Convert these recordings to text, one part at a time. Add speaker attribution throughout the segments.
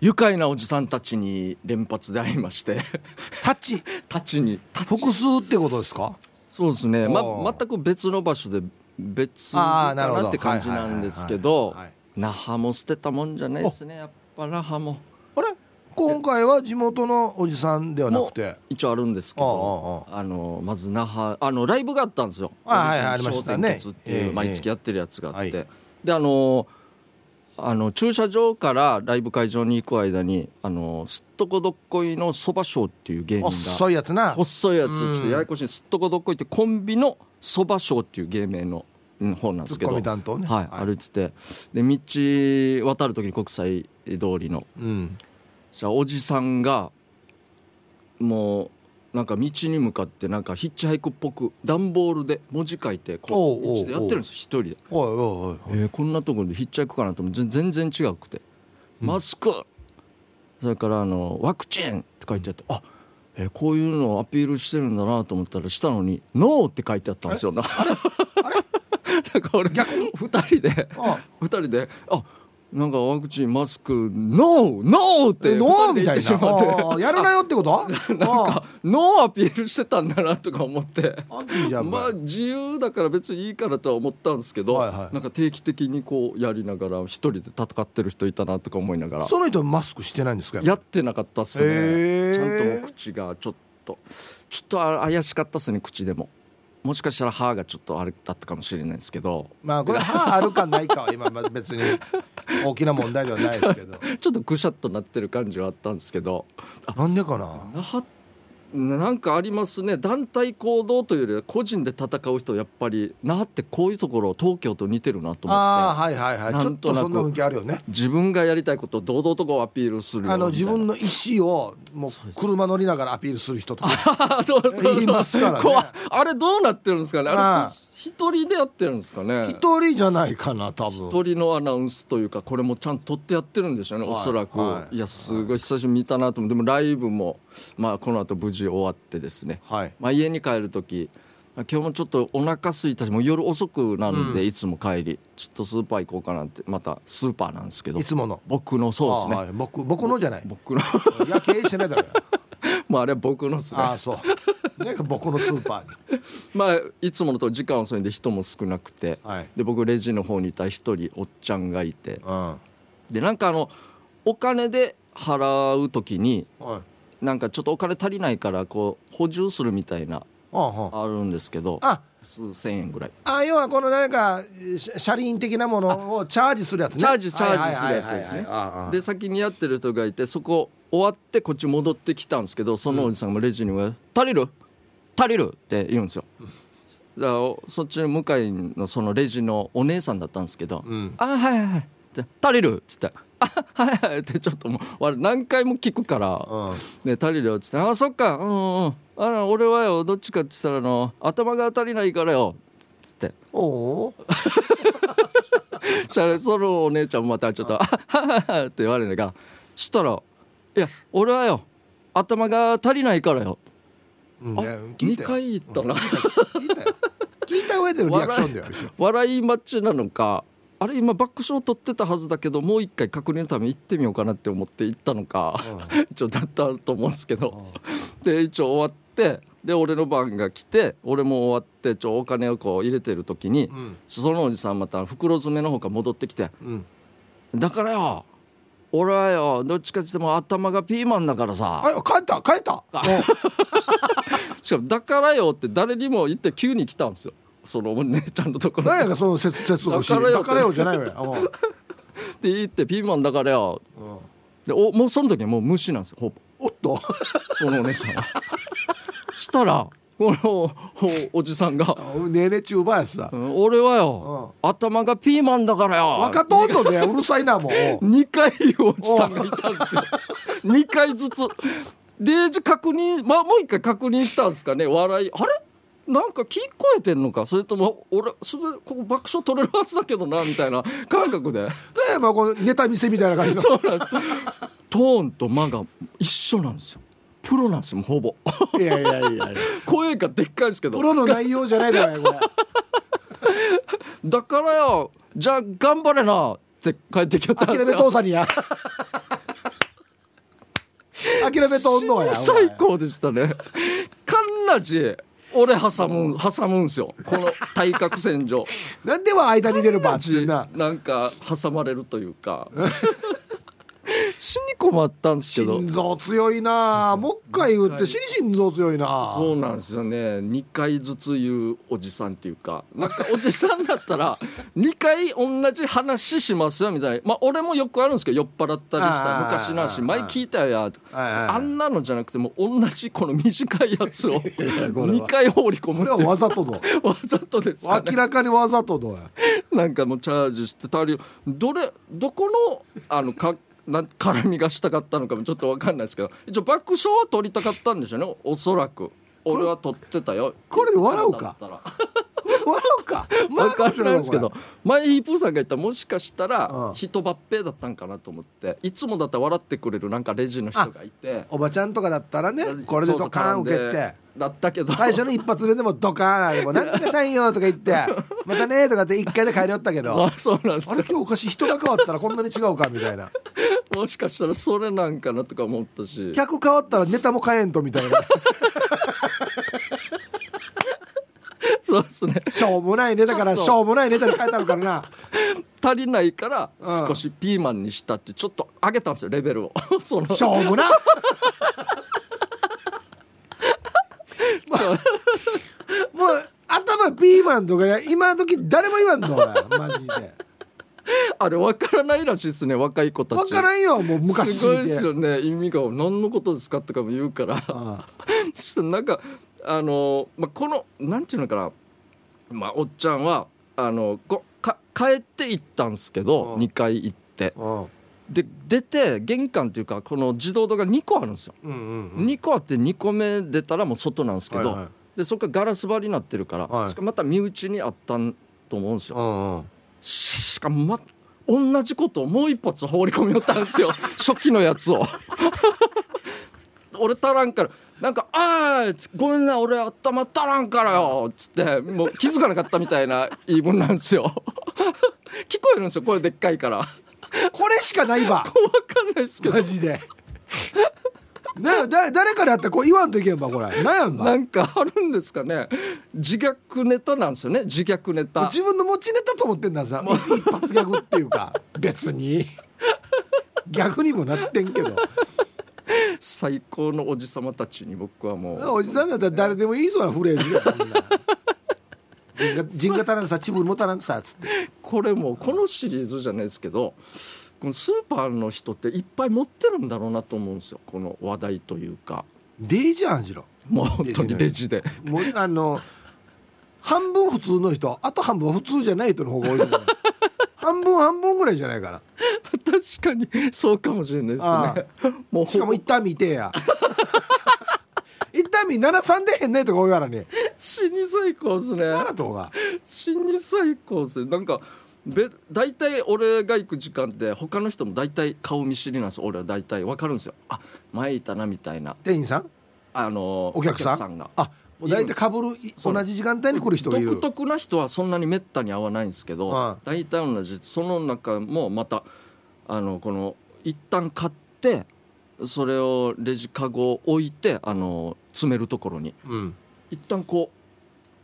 Speaker 1: 愉快なおじさんたちに連発で会いま して
Speaker 2: タチ
Speaker 1: たちにた
Speaker 2: 複数ってことですか
Speaker 1: そうですね、ま
Speaker 2: おー、
Speaker 1: 全く別の場所で別か
Speaker 2: あーなるほど
Speaker 1: なって感じなんですけ
Speaker 2: はい
Speaker 1: ど
Speaker 2: はいはいはいはい
Speaker 1: 那覇も捨てたもんじゃないですねやっぱ那覇も
Speaker 2: あれ今回は地元のおじさんではなくて
Speaker 1: 一応あるんですけどあのまず那覇あのライブがあったんですよ「
Speaker 2: はいは
Speaker 1: オ
Speaker 2: い
Speaker 1: ーディション
Speaker 2: ありましたね
Speaker 1: 商店活っていう、
Speaker 2: ええ
Speaker 1: 毎月やってるやつがあって、
Speaker 2: ええはい
Speaker 1: であのあの駐車場からライブ会場に行く間にあのすっとこどっこいのそばショーっていう芸人が
Speaker 2: 細いやつな
Speaker 1: 細いやつ
Speaker 2: うん
Speaker 1: ちょっとややこしいすっとこどっこいってコンビのそば賞っていう芸名のうん方なんで
Speaker 2: ツ
Speaker 1: すけ
Speaker 2: ッ
Speaker 1: ど、
Speaker 2: コ
Speaker 1: は
Speaker 2: ミ
Speaker 1: い、
Speaker 2: 担当ね
Speaker 1: 歩いててで道渡る時に国際通りの
Speaker 2: うん
Speaker 1: そしたらおじさんがもうなんか道に向かってなんかヒッチハイクっぽく段ボールで文字書いてこ
Speaker 2: おうお
Speaker 1: う
Speaker 2: うおう
Speaker 1: 道でやってるんですよ一人で、
Speaker 2: おいおいおい
Speaker 1: えーこんなところでヒッチハイクかなと思って全然違くて「マスク!」それからあの「ワクチン!」って書いてあって、あえーこういうのをアピールしてるんだなと思ったらしたのに「ノー!」って書いてあったんですよな。 だから俺逆に2人で
Speaker 2: あ
Speaker 1: 2人で「あなんかワクチンマスクノーノー!」って二人
Speaker 2: ノー
Speaker 1: で言
Speaker 2: みた
Speaker 1: っ
Speaker 2: い
Speaker 1: てしまって
Speaker 2: なああやるなよっ てことなん
Speaker 1: あノーアピールしてたんだなとか思って。
Speaker 2: アンキーじゃん
Speaker 1: まあ自由だから別にいいからとは思ったんですけど、
Speaker 2: はいはい
Speaker 1: なんか定期的にこうやりながら一人で戦ってる人いたなとか思いながら
Speaker 2: その人マスクしてないんですか
Speaker 1: やってなかったっす
Speaker 2: へ
Speaker 1: ね
Speaker 2: ー
Speaker 1: ちゃんともう口がちょっとちょっと怪しかったっすね口でももしかしたら歯がちょっとあれだったかもしれないですけど
Speaker 2: まあこれ歯あるかないかは今まあ別に大きな問題ではないですけど
Speaker 1: ちょっとぐしゃっとなってる感じはあったんですけど
Speaker 2: なんでかな
Speaker 1: なはなんかありますね団体行動というよりは個人で戦う人やっぱり那覇ってこういうところ東京と似てるなと思って
Speaker 2: ああはいはいはいち
Speaker 1: な
Speaker 2: ょっ
Speaker 1: んと
Speaker 2: と
Speaker 1: なく
Speaker 2: そんな雰囲気あるよね
Speaker 1: 自分がやりたいことを堂々とこうアピールするよ
Speaker 2: あの
Speaker 1: みたい
Speaker 2: 自
Speaker 1: な
Speaker 2: 分の意思をもう車乗りながらアピールする人とか
Speaker 1: そうそうそう
Speaker 2: 言いますからね
Speaker 1: こわあれどうなってるんですかねあ
Speaker 2: ああ
Speaker 1: れす一人でやってるんですかね
Speaker 2: 一人じゃないかな多分
Speaker 1: 一人のアナウンスというかこれもちゃんと撮ってやってるんでしょうね、
Speaker 2: はい
Speaker 1: おそらく、、
Speaker 2: はい
Speaker 1: やすごい久しぶりに見たなと思ってでもライブも、まあ、この後無事終わってですね、
Speaker 2: はい
Speaker 1: まあ、家に帰る時今日もちょっとお腹空いたしもう夜遅くなんで、
Speaker 2: うん
Speaker 1: いつも帰りちょっとスーパー行こうかなってまたスーパーなんですけど
Speaker 2: いつもの
Speaker 1: 僕のそうですね、
Speaker 2: あはい僕僕のじゃない
Speaker 1: 僕の
Speaker 2: 夜景してないだろ
Speaker 1: まああれは僕のですね
Speaker 2: ああそうなんか僕のスーパーに
Speaker 1: まあいつものと時間遅いんで人も少なくて、
Speaker 2: はい
Speaker 1: で僕レジの方にいた一人おっちゃんがいて
Speaker 2: う
Speaker 1: でなんかあのお金で払う時に
Speaker 2: んはい
Speaker 1: なんかちょっとお金足りないからこう補充するみたいな
Speaker 2: あああ
Speaker 1: あるんですけど
Speaker 2: あ
Speaker 1: 数千円ぐらい
Speaker 2: あ要はこのなんかし車輪的なものをチャージするやつね
Speaker 1: チャージチャージするやつですね
Speaker 2: はいはいはいはいああ
Speaker 1: で先にやってる人がいてそこ終わってこっち戻ってきたんですけどそのおじさんがレジには「足りる足りる!」って言うんですよ。じゃあおそっちの向かいのそのレジのお姉さんだったんですけど「
Speaker 2: うん
Speaker 1: あはいはいはい」って「足りる!」っつって「あはいはい」ってちょっともう俺何回も聞くから
Speaker 2: うん
Speaker 1: 「ね、足りるよ」っつって「あそっかうんうんうんあら俺はよどっちかっつったらあの頭が足りないからよ」つって
Speaker 2: おお
Speaker 1: そしたらそのお姉ちゃんもまたちょっと「あははは」って言われるのがしたら「いや俺はよ頭が足りないからよ」
Speaker 2: うん
Speaker 1: あ
Speaker 2: いや
Speaker 1: 2回言ったな
Speaker 2: 聞いたよ聞いた上でのリアクションだよ
Speaker 1: 笑い待ちなのかあれ今爆笑取ってたはずだけどもう一回確認のため行ってみようかなって思って行ったのか、一応だったと思うんですけど、で一応終わってで俺の番が来て俺も終わってちょお金をこう入れてる時に、
Speaker 2: うん
Speaker 1: そのおじさんまた袋詰めの方から戻ってきて
Speaker 2: うん
Speaker 1: だからよ俺はよどっちかって言っても頭がピーマンだからさ
Speaker 2: あ帰った帰った
Speaker 1: しかも「だからよ」って誰にも言って急に来たんですよそのお姉ちゃんのところ
Speaker 2: 何
Speaker 1: に
Speaker 2: やかその説説欲しい
Speaker 1: だからよ
Speaker 2: だからよじゃないわよおう
Speaker 1: って言って「ピーマンだからよ」でおもうその時はもう無視なんですよほぼ
Speaker 2: おっと
Speaker 1: そのお姉さんはしたらこのおおじさんが
Speaker 2: ねえね中ばやさ
Speaker 1: うん俺はよ、頭がピーマンだからよ
Speaker 2: 分かっとんとねうるさいなもう
Speaker 1: 2回おじさんがいたんですよ2回ずつでじゃ確認、まあ、もう一回確認したんですかね笑いあれなんか聞こえてんのかそれとも俺それここ爆笑取れるはずだけどなみたいな感覚で
Speaker 2: ねえまあこのネタ見せみたいな感じの
Speaker 1: そうなんですトーンと間が一緒なんですよプロなんですよほぼ
Speaker 2: いやいやいやいや
Speaker 1: 声がでっかいですけど
Speaker 2: プロの内容じゃないだろう よこれ
Speaker 1: だからよじゃあ頑張れなって帰ってきたん
Speaker 2: 諦
Speaker 1: です
Speaker 2: め
Speaker 1: よ
Speaker 2: 父さんにや諦めとんのやお前
Speaker 1: 最高でしたね カンナジ俺挟むん挟むんすよこの対角線 上
Speaker 2: なんでは間に入れるばっちな
Speaker 1: なんか挟まれるというか 死に困ったんですけど
Speaker 2: 心臓強いなもう一回言ってし心臓強いな
Speaker 1: そうなんですよね2回ずつ言うおじさんっていうかなんかおじさんだったら2 回同じ話しますよみたいなまあ俺もよくあるんですけど酔っ払ったりした
Speaker 2: あー
Speaker 1: 昔の話前聞いたやと
Speaker 2: はいはいはい
Speaker 1: あんなのじゃなくてもう同じこの短いやつを
Speaker 2: やこれは
Speaker 1: 2回放り込む
Speaker 2: これはわざ とぞ
Speaker 1: わざとですかね
Speaker 2: 明らかにわざとぞや
Speaker 1: なんかもうチャージしてたりどれどこのあのかなん絡みがしたかったのかもちょっと分かんないですけど一応爆笑は取りたかったんでしょうねおおそらく俺は取ってたよ
Speaker 2: これで笑うか
Speaker 1: そだったら
Speaker 2: 笑うか
Speaker 1: 分かんないですけど前ヒープーさんが言ったもしかした
Speaker 2: う
Speaker 1: ら
Speaker 2: ん
Speaker 1: 人抜兵だったんかなと思っていつもだったら笑ってくれるなんかレジの人がいて
Speaker 2: おばちゃんとかだったらねこれでドカーン受けて
Speaker 1: だったけど
Speaker 2: 最初の一発目でもドカーンあれ もなんとかさんよとか言ってまたねとかって一回で帰りよったけど
Speaker 1: あそうなんです
Speaker 2: あ
Speaker 1: よ
Speaker 2: れ今日おかしい人が変わったらこんなに違うかみたいな
Speaker 1: もしかしたらそれなんかなとか思ったし
Speaker 2: 客変わったらネタも変えんとみ たいな
Speaker 1: そうですね
Speaker 2: しょうもないネタから
Speaker 1: ちょっ
Speaker 2: し
Speaker 1: と
Speaker 2: ょうもないネタに変えたのからな
Speaker 1: 足りないから
Speaker 2: うん
Speaker 1: 少しピーマンにしたってちょっと上げたんですよレベルを その
Speaker 2: しょう もなまあもう頭ピーマンとか今時誰も言わんとマジ で
Speaker 1: あれ分からないらしいですね若い子たち
Speaker 2: 分からんよもう昔
Speaker 1: すごい
Speaker 2: すぎ
Speaker 1: で
Speaker 2: て
Speaker 1: すよね意味が何のことですかとかも言うから
Speaker 2: あ
Speaker 1: そしてなんかあの、まあ、このなんていうのかな、まあ、おっちゃんはあのこか帰って行ったんですけど、
Speaker 2: うん
Speaker 1: 2回行って
Speaker 2: あうん
Speaker 1: で出て玄関というかこの自動ドアが2個あるんですよ、
Speaker 2: うんうんうん
Speaker 1: 2個あって2個目出たらもう外なんですけど、
Speaker 2: はいはい
Speaker 1: でそこからガラス張りになってるから、
Speaker 2: はい
Speaker 1: しかもまた身内にあったんと思うんですよ、
Speaker 2: うんうん
Speaker 1: ししかもま同じことをもう一発放り込みよったん ですよ初期のやつを 俺足らんからなんか「ああごめんな俺頭足らんからよ」っつってもう気づかなかったみたい な言い分なんですよ聞こえるんですよこれでっかいからわ
Speaker 2: これしかないば
Speaker 1: かんないですけど
Speaker 2: マジでなだ誰からやったらこれ言わんといけんばこれなんやんば
Speaker 1: なんかあるんですかね自虐ネタなんですよね自虐ネタ
Speaker 2: 自分の持ちネタと思ってんださ一発ギャグっていうか別にギャグにもなってんけど
Speaker 1: 最高のおじさまたちに僕はもう
Speaker 2: おじさんだったら誰でもいいそうなフレーズだよこんな人が人が足らんさチブルも足らんさつって
Speaker 1: これもうこのシリーズじゃないですけどこのスーパーの人っていっぱい持ってるんだろうなと思うんですよこの話題というか
Speaker 2: デイジャーンしろ
Speaker 1: もう本当にレジで
Speaker 2: もうあの半分普通の人あと半分は普通じゃない人の方が多い と思う半分半分ぐらいじゃないかな
Speaker 1: 確かにそうかもしれないですねもう
Speaker 2: しかも痛み痛えや痛み73でへんないとか多いからね
Speaker 1: 死に最高ですね
Speaker 2: あらとが
Speaker 1: 死に最高ですねなんかべ大体俺が行く時間って他の人も大体顔見知りなんですよ俺は大体分かるんですよあ前いたなみたいな
Speaker 2: 店員さん
Speaker 1: あの
Speaker 2: お客さん
Speaker 1: が
Speaker 2: あもう大体かぶるい
Speaker 1: そう
Speaker 2: 同じ時間帯に来る人がいる
Speaker 1: 独特な人はそんなにめったに会わないんですけど、
Speaker 2: は
Speaker 1: 大体同じその中もまたあのこの一旦買ってそれをレジカゴを置いてあの詰めるところに
Speaker 2: うん
Speaker 1: 一旦こ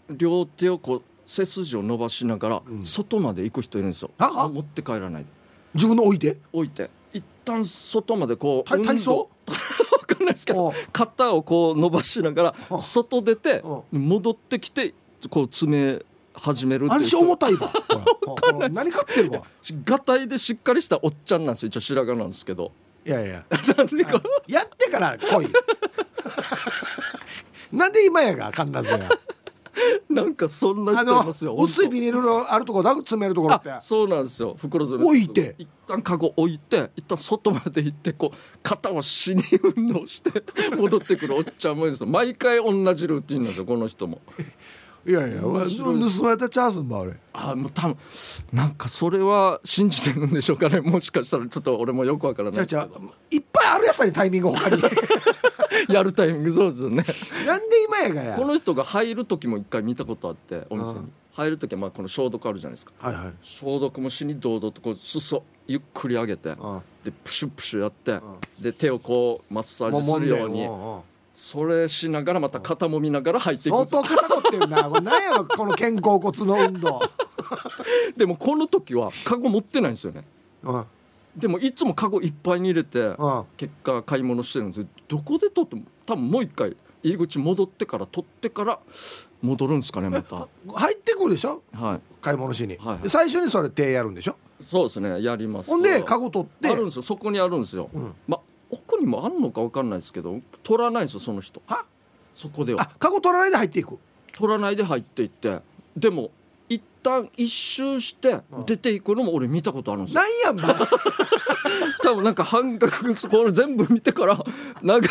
Speaker 1: う両手をこう背筋を伸ばしながら
Speaker 2: うん
Speaker 1: 外まで行く人いるんですよ、
Speaker 2: ああ
Speaker 1: 持って帰らないで
Speaker 2: 自分の置いて
Speaker 1: 置いて一旦外までこう
Speaker 2: た
Speaker 1: 運
Speaker 2: 体操
Speaker 1: 動わかんないですけど
Speaker 2: お
Speaker 1: 肩をこう伸ばしなが
Speaker 2: う
Speaker 1: ら
Speaker 2: ん
Speaker 1: 外出て
Speaker 2: う
Speaker 1: 戻ってきてこう詰め始めるっていう
Speaker 2: 暗
Speaker 1: 人
Speaker 2: 証重たいわほらほら何買ってるわ
Speaker 1: がたいでしっかりしたおっちゃんなんですよ一応白髪なんですけど
Speaker 2: いやいや
Speaker 1: なんでか
Speaker 2: あやってから来いなんで今やが必ずや
Speaker 1: なんかそんな
Speaker 2: あ
Speaker 1: 人い
Speaker 2: の
Speaker 1: ますよ
Speaker 2: 薄い
Speaker 1: 本
Speaker 2: ビニールのあるとこだ詰めるところって
Speaker 1: 当あそうなんですよ袋詰め
Speaker 2: 置いて
Speaker 1: 一旦カゴ置いて一旦外まで行ってこう肩を死に運動 して戻ってくるおっちゃんもいるんですよ毎回同じルーティンなんですよこの人も
Speaker 2: いやいやわ
Speaker 1: 面白い
Speaker 2: 盗まれたチャンスんば俺
Speaker 1: あもう多分なんかそれは信じてるんでしょうかねもしかしたらちょっと俺もよくわからない
Speaker 2: じゃ
Speaker 1: です
Speaker 2: あじ
Speaker 1: け
Speaker 2: ゃあ
Speaker 1: ど
Speaker 2: いっぱいあるやつにタイミング 他に
Speaker 1: やるタ イミングそうですよね
Speaker 2: なんで今やがや
Speaker 1: この人が入る時も一回見たことあってお店に
Speaker 2: うん
Speaker 1: 入る時はまあこの消毒あるじゃないですか
Speaker 2: はいはい
Speaker 1: 消毒もしに堂々とこう裾ゆっくり上げて
Speaker 2: あ
Speaker 1: でプシュプシュやってで手をこうマッサージするようにそれしながらまた肩もみながら入っていくん
Speaker 2: 相
Speaker 1: ですよ
Speaker 2: 当肩こってるなこれ何やろこの肩甲骨の運 動
Speaker 1: でもこの時はカゴ持ってないんですよね
Speaker 2: うんうん
Speaker 1: でもいつもカゴいっぱいに入れて
Speaker 2: あ
Speaker 1: 結果買い物してるんですよどこで取っても多分もう一回入り口戻ってから取ってから戻るんですかねま た
Speaker 2: 入ってくるでしょ
Speaker 1: はい
Speaker 2: 買い物しに、
Speaker 1: はいはい
Speaker 2: で最初にそれ手やるんでしょ
Speaker 1: そうですねやります
Speaker 2: ほんでカゴ取って
Speaker 1: あるんですよそこにあるんですよ、
Speaker 2: うん
Speaker 1: まあ奥にもあるのか分かんないですけど取らないんですよその人
Speaker 2: は
Speaker 1: そこで
Speaker 2: あ
Speaker 1: は
Speaker 2: カゴ取らないで入っていく
Speaker 1: 取らないで入っていってでも一旦一周して
Speaker 2: うん
Speaker 1: 出ていくのも俺見たことあるんですよ
Speaker 2: なんやん ば
Speaker 1: 多分なんか半額これ全部見てから長い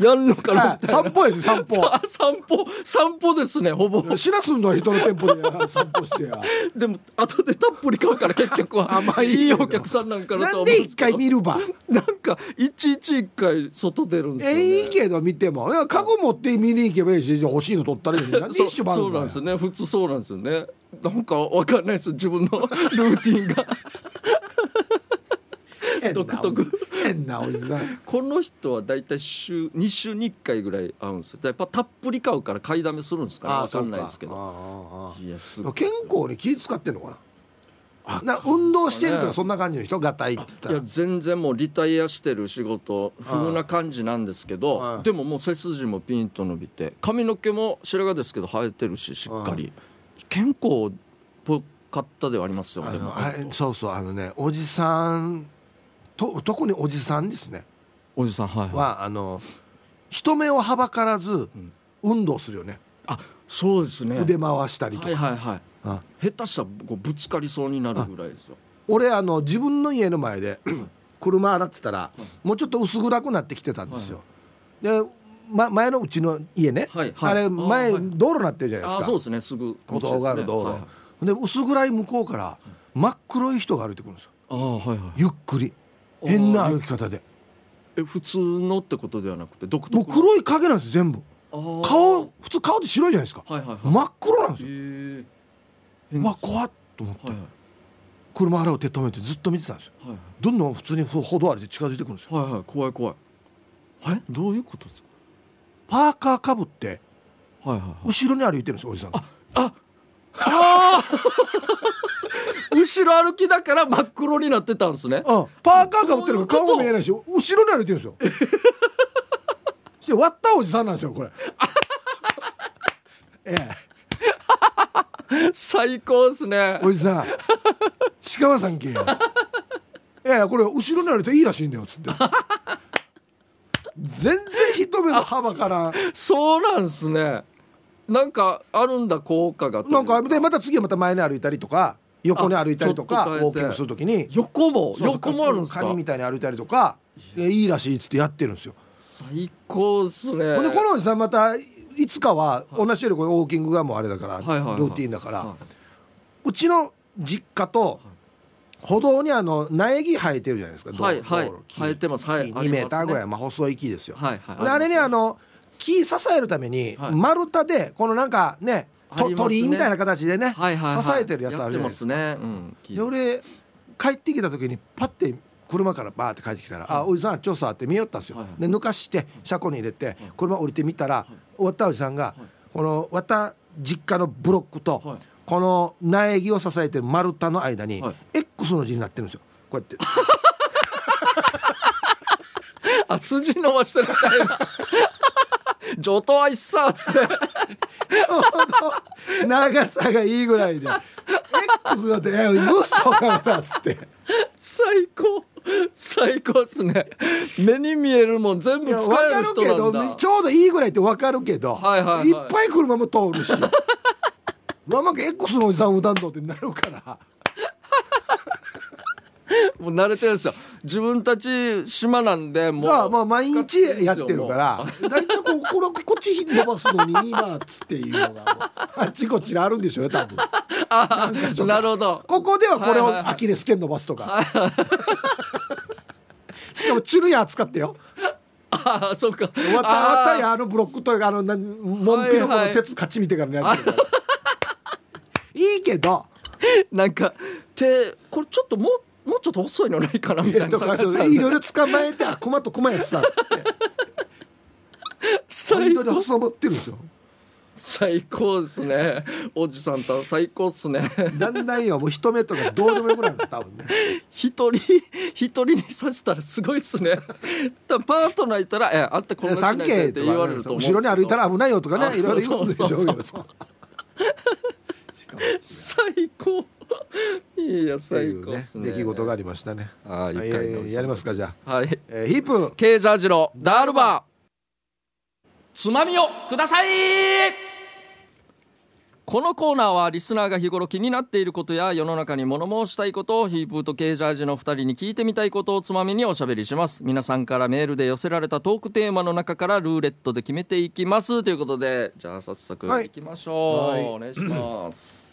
Speaker 1: ややるのかなみたいな
Speaker 2: 散歩やし散歩
Speaker 1: さ散歩散歩ですねほぼ
Speaker 2: 知らすんのは人の店舗でや散歩してや
Speaker 1: でも後でたっぷり買うから結局は
Speaker 2: まあいいけど
Speaker 1: いいお客さんなんかなと
Speaker 2: な
Speaker 1: は思うんん で
Speaker 2: です一
Speaker 1: け
Speaker 2: 回
Speaker 1: ど
Speaker 2: 見るば
Speaker 1: なんかいちいち一回外出るんですよ、ね
Speaker 2: え、いいけど見てもいやカゴ持って見に行けばいいし欲しいの取ったらいいしなんで
Speaker 1: そう
Speaker 2: 一種番
Speaker 1: そうなんですよね普通そうなんですよねなんかわかんないです自分の ルーティンが独特
Speaker 2: 変なおじさん
Speaker 1: この人は大体週2週に1回ぐらい会うんですよやっぱたっぷり買うから買いだめするんですかねわかんないですけど
Speaker 2: ど
Speaker 1: いやすごい
Speaker 2: 健康に気使ってんのか
Speaker 1: あ
Speaker 2: なな運動してると
Speaker 1: ね
Speaker 2: かそんな感じの人がたいって言った
Speaker 1: いや
Speaker 2: ら
Speaker 1: 全然もうリタイアしてる仕事風な感じなんですけ
Speaker 2: あ
Speaker 1: ど
Speaker 2: あ
Speaker 1: でももう背筋もピンと伸びて髪の毛も白髪ですけど生えてるししっかり健康っぽかったではありますよ
Speaker 2: あ
Speaker 1: ね
Speaker 2: のあれそうそうあのねおじさんと特におじさんですね
Speaker 1: おじさんはい、はい、
Speaker 2: はあの人目をはばからず
Speaker 1: ん
Speaker 2: 運動するよね
Speaker 1: あそうですね
Speaker 2: 腕回したりと
Speaker 1: はい
Speaker 2: か
Speaker 1: はいはい
Speaker 2: あ
Speaker 1: 下手したらこうぶつかりそうになるぐらいですよ
Speaker 2: 俺あの自分の家の前で 車洗ってたらもうちょっと薄暗くなってきてたんですよでま前のうちの家ね
Speaker 1: はいはい
Speaker 2: あれ
Speaker 1: あー
Speaker 2: 前
Speaker 1: はい
Speaker 2: 道路なってるじゃない
Speaker 1: あ
Speaker 2: で
Speaker 1: あ
Speaker 2: す
Speaker 1: そう
Speaker 2: か
Speaker 1: ですねすぐ
Speaker 2: 歩
Speaker 1: 道
Speaker 2: 道がある道
Speaker 1: はい
Speaker 2: 路で薄暗い向こうから真っ黒い人が歩いてくるんですよ
Speaker 1: ああはいはい
Speaker 2: ゆっくり変な歩き方で
Speaker 1: え普通のってことではなくて独
Speaker 2: もう
Speaker 1: 特の
Speaker 2: 黒い影なんですよ全部
Speaker 1: ああ
Speaker 2: 顔普通顔って白いじゃないですか
Speaker 1: はいはいはい、
Speaker 2: 真っ黒なんですよ
Speaker 1: え
Speaker 2: うわ怖っと思って
Speaker 1: はいはい
Speaker 2: 車洗う手止めてずっと見てたんですよ
Speaker 1: はいはい
Speaker 2: どんどん普通に歩歩道歩いて近づいてくるんですよ
Speaker 1: はいはい怖い怖いえどういうことです
Speaker 2: パーカーかぶって
Speaker 1: かはいはいはい
Speaker 2: 後ろに歩いてるんですよおじさんが
Speaker 1: あ あー 後ろ歩きだから真っ黒になってたんですね
Speaker 2: うんパーカーかぶっ
Speaker 1: そ
Speaker 2: てるから
Speaker 1: ういうこと
Speaker 2: 顔も見えないし後ろに歩いてるんです よして割ったおじさんなんです よこれええ
Speaker 1: 最高ですね
Speaker 2: おじさん鹿間さん けやいやいやこれ後ろに歩いていいらしいんだよ っつって全然一目の幅から
Speaker 1: そうなんですねなんかあるんだ効果がという
Speaker 2: なんかでまた次はまた前に歩いたりとか横に歩いたりと
Speaker 1: あ
Speaker 2: か
Speaker 1: ちょ
Speaker 2: ウ
Speaker 1: っと変え
Speaker 2: ォー
Speaker 1: て
Speaker 2: キングするときに
Speaker 1: 横も
Speaker 2: そうそう
Speaker 1: 横もあるんです
Speaker 2: カ
Speaker 1: か
Speaker 2: ニみたいに歩いたりとかいやいいらしいっつってやってるんですよ、
Speaker 1: 最高っすね
Speaker 2: ほんでこのおじさんまたいつかは同じようにこれウォーキングがもうあれだから、
Speaker 1: いはいはい
Speaker 2: ルーティンだから、
Speaker 1: は
Speaker 2: うちの実家と歩道にあの苗木生えてるじゃないですか、道路
Speaker 1: はいはい
Speaker 2: 道路木
Speaker 1: 生えてますはい
Speaker 2: 木
Speaker 1: ありますね
Speaker 2: 2メーターぐらい、まあ、細い木ですよ、
Speaker 1: はいはい
Speaker 2: であれねあの木支えるために
Speaker 1: はい
Speaker 2: 丸太でこのなんかねと
Speaker 1: ありますね
Speaker 2: 鳥居みたいな形でね、
Speaker 1: はいはいはい
Speaker 2: 支えてるやつあるじゃないですか
Speaker 1: やってますねうん聞い
Speaker 2: で
Speaker 1: て
Speaker 2: 俺帰ってきた時にパッて車からバーって帰ってきたら「あおじさん調査」って見よったんですよ、
Speaker 1: はいはい
Speaker 2: で抜かして車庫に入れて車降りてみたら、終わったおじさんが、このわた実家のブロックと、
Speaker 1: はい
Speaker 2: この苗木を支えてる丸太の間に、
Speaker 1: はい
Speaker 2: X の字になってるんですよこう やって
Speaker 1: あ筋伸ばしてるみたいな上等アイスさって
Speaker 2: ちょうど長さがいいぐらいで X になって「え無双かった」っつって。
Speaker 1: 最高最高ですね目に見えるもん全
Speaker 2: い
Speaker 1: 部
Speaker 2: や
Speaker 1: 使
Speaker 2: 分か
Speaker 1: える
Speaker 2: る
Speaker 1: 人
Speaker 2: けど
Speaker 1: なんだ
Speaker 2: ちょうどいいぐらいって分かるけど、
Speaker 1: はいはいはい
Speaker 2: っぱい車も通 るしママ X のおじさん歌うのってなるから
Speaker 1: もう慣れてるんですよ自分たち島なんでもう
Speaker 2: じゃあまあ毎日やってるか
Speaker 1: も
Speaker 2: ら大体こうこれこっち伸ばすのに今っつっていうのがもうあっちこっちにあるんでしょうね多分
Speaker 1: あ
Speaker 2: ちょっと
Speaker 1: なるほど
Speaker 2: ここではこれ
Speaker 1: はいはい
Speaker 2: を
Speaker 1: はい
Speaker 2: アキレス腱伸ばすとか しかもチュルヤー使ってよ
Speaker 1: ああそうか
Speaker 2: わ
Speaker 1: あ
Speaker 2: たわ
Speaker 1: ー
Speaker 2: たやあのブロックというかあのなんモンピのこの鉄勝ち見てからねやってるからけど
Speaker 1: なんか手これちょっともうもうちょっと細いのないかなみたいな
Speaker 2: とか
Speaker 1: 探
Speaker 2: そ
Speaker 1: し
Speaker 2: う
Speaker 1: た
Speaker 2: いろいろ捕まえてあコマとコマやっさっつって
Speaker 1: 最
Speaker 2: 本当
Speaker 1: 高
Speaker 2: に細まってるんですよ
Speaker 1: 最高ですねおじさんたら最高ですね
Speaker 2: だんだんよもう一目とかどうでもよくなるんだ多分ね
Speaker 1: 一人一人にさせたらすごいっすね多分パートナーいたら「えあんたこんなしない
Speaker 2: 三
Speaker 1: で」っ
Speaker 2: 軒
Speaker 1: て
Speaker 2: と
Speaker 1: 言われ
Speaker 2: かね
Speaker 1: ると思うんですけ
Speaker 2: 後
Speaker 1: ど
Speaker 2: ろに歩いたら危ないよとか
Speaker 1: あ
Speaker 2: ねいろいろ言うんでしょうけ
Speaker 1: そ
Speaker 2: ど
Speaker 1: うそう最高いや
Speaker 2: そうい
Speaker 1: 最
Speaker 2: う
Speaker 1: 高っ
Speaker 2: ね
Speaker 1: すね
Speaker 2: 出来事がありましたね、
Speaker 1: ああい
Speaker 2: はい
Speaker 1: い回の
Speaker 2: やりますかじゃ
Speaker 1: はい
Speaker 2: えーヒープ
Speaker 1: ケージャージのダールバーつまみをくださいこのコーナーはリスナーが日頃気になっていることや世の中に物申したいことをヒープーとケージャージの2人に聞いてみたいことをつまみにおしゃべりします皆さんからメールで寄せられたトークテーマの中からルーレットで決めていきますということでじゃあ早速
Speaker 2: はい
Speaker 1: いきましょう、
Speaker 2: はい
Speaker 1: お願いします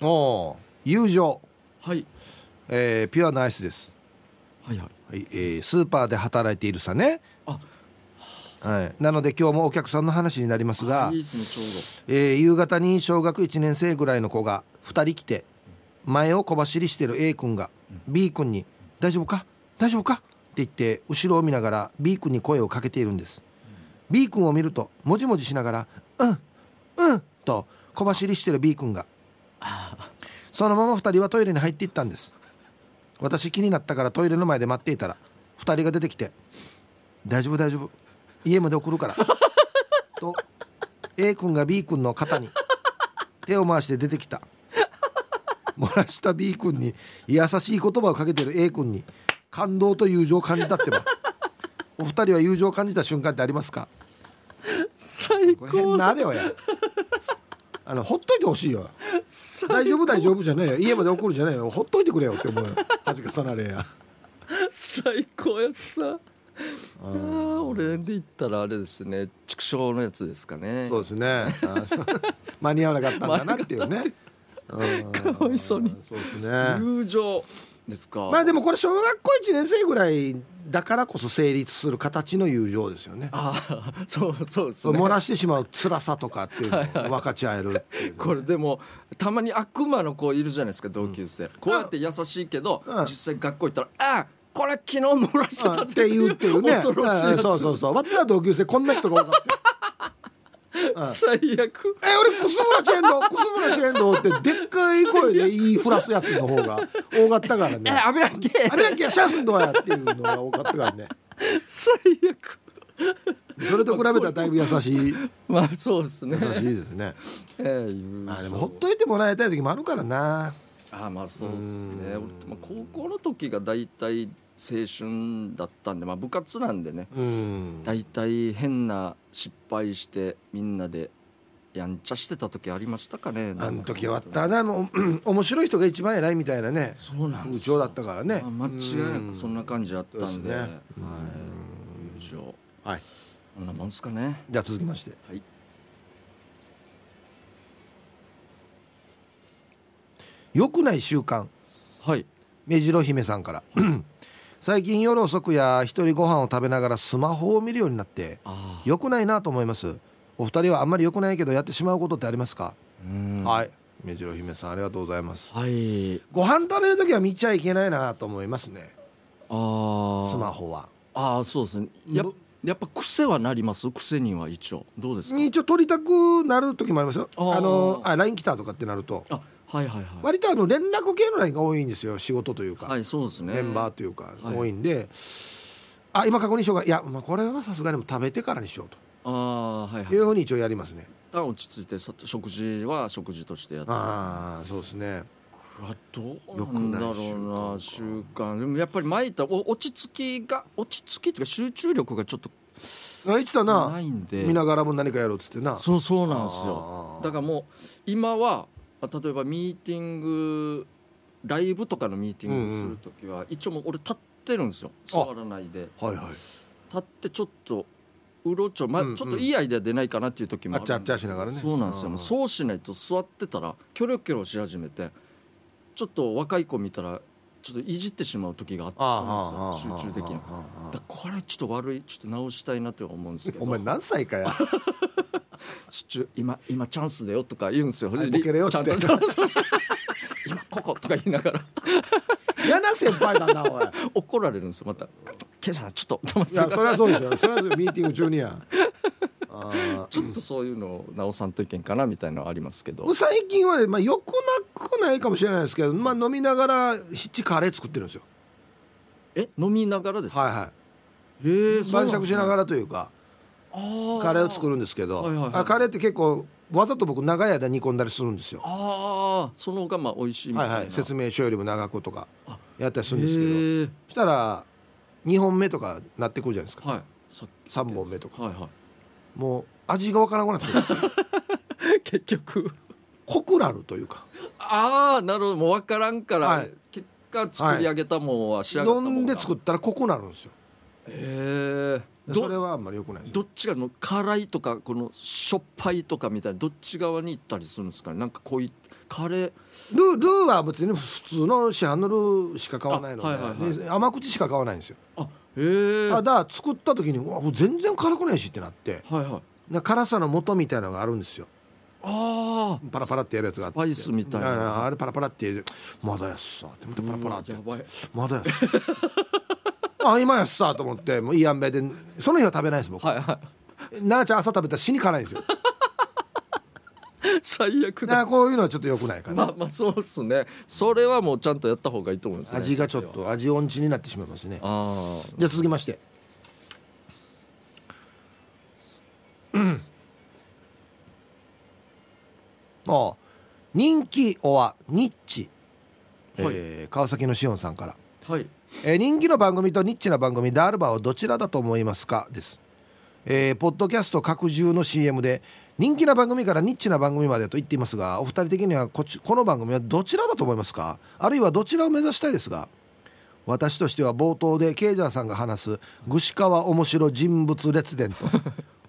Speaker 2: おおー友情、
Speaker 1: はい
Speaker 2: えーピュアナイスです
Speaker 1: はいはい
Speaker 2: はいえースーパーで働いているさね
Speaker 1: あ
Speaker 2: はい、なので今日もお客さんの話になりますが
Speaker 1: いいですねちょう
Speaker 2: えー夕方に小学1年生ぐらいの子が2人来て前を小走りしてる A 君が B 君に「大丈夫か大丈夫か?」って言って後ろを見ながら B 君に声をかけているんです B 君を見るともじもじしながら「うんうん」と小走りしてる B 君がそのまま2人はトイレに入っていったんです私気になったからトイレの前で待っていたら2人が出てきて「大丈夫大丈夫家まで送るから」と A 君が B 君の 肩に手を回して出てきた漏らした B 君に優しい言葉をかけてる A 君に感動と友情を感じたってばお二人は友情を感じた瞬間ってありますか
Speaker 1: 最
Speaker 2: これ変
Speaker 1: 高
Speaker 2: なあれよやあのほっといてほしいよ大丈夫大丈夫じゃないよ家まで送るじゃないよほっといてくれよって思うよ恥ずかさなれや
Speaker 1: 最高やっさあー俺で言ったらあれですね畜生のやつですかね
Speaker 2: そうですねあーそう間に合わなかったんだなっていうねう ん
Speaker 1: かわいそうに
Speaker 2: そうですね
Speaker 1: 友情ですか
Speaker 2: まあでもこれ小学校1年生ぐらいだからこそ成立する形の友情ですよね。
Speaker 1: あーそうそうですね
Speaker 2: 漏らしてしまう辛さとかっていうのを分かち合えるって いう。
Speaker 1: これでもたまに悪魔の子いるじゃないですか同級生、こうやって優しいけど、
Speaker 2: うん
Speaker 1: 実際学校行ったら「ああこれ昨日漏らして
Speaker 2: あ
Speaker 1: た
Speaker 2: っていうっていうね。
Speaker 1: 恐ろしいや
Speaker 2: あ
Speaker 1: つ
Speaker 2: そうそうそう。わった同級生こんな人が多かった。
Speaker 1: 最悪
Speaker 2: え俺くすぶらチェンドくすぶらチェンドってでっかい声で言いふらすやつの方が多かったから
Speaker 1: え
Speaker 2: ね。
Speaker 1: ー、危ないけ
Speaker 2: あれやきゃシャフンドやっていうのが多かったからね。
Speaker 1: 最悪
Speaker 2: それと比べたらだいぶ優しい
Speaker 1: まあそうですね
Speaker 2: 優しいで すね。
Speaker 1: えー友情
Speaker 2: まあでもほっといてもらいたい時もあるからな。
Speaker 1: あーまあそうですね
Speaker 2: う
Speaker 1: 俺まあ高校の時が大体青春だったんで、まあ、部活なんでね
Speaker 2: うん。
Speaker 1: 大体変な失敗してみんなでやんちゃしてた時ありましたかね
Speaker 2: あの時はあったなもううん面白い人が一番偉いみたいなね
Speaker 1: そうなんで
Speaker 2: 風
Speaker 1: すよ
Speaker 2: 潮だったからね
Speaker 1: まあ間違いなくそんな
Speaker 2: う
Speaker 1: 感じあったんで
Speaker 2: そうですね
Speaker 1: はい
Speaker 2: うん
Speaker 1: 友情
Speaker 2: はい
Speaker 1: こんなもんすかね
Speaker 2: じゃあ続きまして
Speaker 1: はい
Speaker 2: 良くない習慣
Speaker 1: はい
Speaker 2: 目白姫さんから 最近夜遅くや一人ご飯を食べながらスマホを見るようになって
Speaker 1: ああ
Speaker 2: 良くないなと思いますお二人はあんまり良くないけどやってしまうことってありますか、
Speaker 1: は
Speaker 2: はい目白姫さんありがとうございます
Speaker 1: はい
Speaker 2: ご飯食べる時は見ちゃいけないなと思いますね
Speaker 1: ああ
Speaker 2: スマホは
Speaker 1: ああそうですねややっぱ癖はなります癖には一応どうですか
Speaker 2: 一応取りたくなる時もありますよ
Speaker 1: あー
Speaker 2: あのあ LINE 来たとかってなると
Speaker 1: あはいはいはい
Speaker 2: 割とあの連絡系の LINE が多いんですよ仕事というか、
Speaker 1: はいそうですね
Speaker 2: メンバーというか
Speaker 1: はい
Speaker 2: 多いんで、あ今確認しようかいや、まあ、これはさすがにもう食べてからにしよう
Speaker 1: ああはいは
Speaker 2: と
Speaker 1: い
Speaker 2: い
Speaker 1: だか
Speaker 2: うふうに一応やりますね
Speaker 1: ら落ち着いてさ食事は食事としてやって
Speaker 2: ああそうですね
Speaker 1: うわどうなんだろうな
Speaker 2: 良くない
Speaker 1: 習
Speaker 2: 習
Speaker 1: 慣
Speaker 2: 慣
Speaker 1: でもやっぱり前言ったお落ち着きが落ち着きというか集中力がちょっと
Speaker 2: あいつだ
Speaker 1: な
Speaker 2: ない
Speaker 1: んで
Speaker 2: 見ながらも何かやろうっつってな
Speaker 1: そうそうなんですよ
Speaker 2: あー
Speaker 1: だからもう今はあ例えばミーティングライブとかのミーティングをするときは、一応もう俺立ってるんですよ座らないで
Speaker 2: はいはい
Speaker 1: 立ってちょっとうろちょ、ま
Speaker 2: うんうん
Speaker 1: ちょっといいアイデア出ないかなっていう時もあ
Speaker 2: あ
Speaker 1: る
Speaker 2: っ
Speaker 1: ん
Speaker 2: ち
Speaker 1: で
Speaker 2: ゃあっちゃしながらね
Speaker 1: そうなんですよ、
Speaker 2: あー
Speaker 1: もうそうしないと座ってたらキョロキョロし始めてちょっと若い子見たらちょっといじってしまう時があったんですよ集中できないだか
Speaker 2: あーあーあーあー
Speaker 1: らこれちょっと悪いちょっと直したいなとは思うんですけど
Speaker 2: お前何歳かや
Speaker 1: ちょ今今チャンスだよとか言うんですよ。
Speaker 2: はいボケれよっ
Speaker 1: ち
Speaker 2: つ
Speaker 1: ゃ
Speaker 2: っ
Speaker 1: ん
Speaker 2: て
Speaker 1: とそうそう 今こことか言いながら
Speaker 2: 嫌な先輩だな おい
Speaker 1: 怒られるんですよ。また今朝ちょっとちょっ
Speaker 2: いやそれはそうですよそれはミーティング中にやあー
Speaker 1: とちょっとそういうのを直さんといけんかなみたいなのはありますけど。
Speaker 2: 最近はね、まあ、よくなくないかもしれないですけど、まあ、飲みながらヒッチカレー作ってるんですよ
Speaker 1: え飲みながらですか。
Speaker 2: はいは
Speaker 1: へえ
Speaker 2: い晩酌しなが
Speaker 1: ら
Speaker 2: らというかカレーを作るんですけど、
Speaker 1: はいはいはい
Speaker 2: あカレーって結構わざと僕長い間煮込んだりするんですよ
Speaker 1: ああその方がまあ美味しいみた
Speaker 2: はいい
Speaker 1: な。
Speaker 2: はい説明書よりも長くとか
Speaker 1: あ
Speaker 2: やったりす
Speaker 1: へ
Speaker 2: るんですけど
Speaker 1: ー
Speaker 2: そしたら2本目とかなってくるじゃないですか
Speaker 1: はい。さっき
Speaker 2: 3本目とか
Speaker 1: はいは
Speaker 2: もう味がわからなくなってくる
Speaker 1: い。結局。
Speaker 2: 濃くなるというか
Speaker 1: ああなるほどもう分からんから、
Speaker 2: はい
Speaker 1: 結果作り上げたもんは仕上がった
Speaker 2: 飲
Speaker 1: も
Speaker 2: ん
Speaker 1: ん
Speaker 2: で作
Speaker 1: っ
Speaker 2: ったら濃くなるんですよ
Speaker 1: へえ
Speaker 2: それ
Speaker 1: ど
Speaker 2: はあんまり良くないです
Speaker 1: どっちがの辛いとかこのしょっぱいとかみたいなどっち側に行ったりするんですかねなんかこういうカレー
Speaker 2: ルールーは別に普通の市販のルーしか買わないので,
Speaker 1: あ
Speaker 2: で、
Speaker 1: はいはいはい
Speaker 2: 甘口しか買わないんですよ
Speaker 1: あへえ
Speaker 2: た
Speaker 1: はい
Speaker 2: だ作った時にうわもう全然辛くないしってなって
Speaker 1: はい
Speaker 2: な辛さの元みたいなのがあるんですよ
Speaker 1: あ
Speaker 2: パラパラってやるやつがあって
Speaker 1: スパイスみたいな
Speaker 2: ややあれパラパラってやるまだやっさってまたパラパラって
Speaker 1: あやばい
Speaker 2: まだやっさあ今やっさと思ってもういいやんべでその日は食べないです僕
Speaker 1: はいは
Speaker 2: なあちゃん朝食べたら死に辛いんですよ
Speaker 1: い最悪だ
Speaker 2: なあこういうのはちょっと良くないかな、
Speaker 1: まあまあそうっすねそれはもうちゃんとやった方がいいと思うんですね
Speaker 2: 味がちょっと味音痴になってしまいますね
Speaker 1: ああ
Speaker 2: じゃあ続きまして、うん、ああ人気おわニッチ、
Speaker 1: はい
Speaker 2: えー川崎のしおんさんから、
Speaker 1: はい
Speaker 2: えー人気の番組とニッチな番組ダールバーをどちらだと思いますかです、えーポッドキャスト拡充の CM で人気な番組からニッチな番組までと言っていますがお二人的にはこっちこの番組はどちらだと思いますかあるいはどちらを目指したいですが私としては冒頭でケイジャーさんが話す「具志川面白人物列伝」と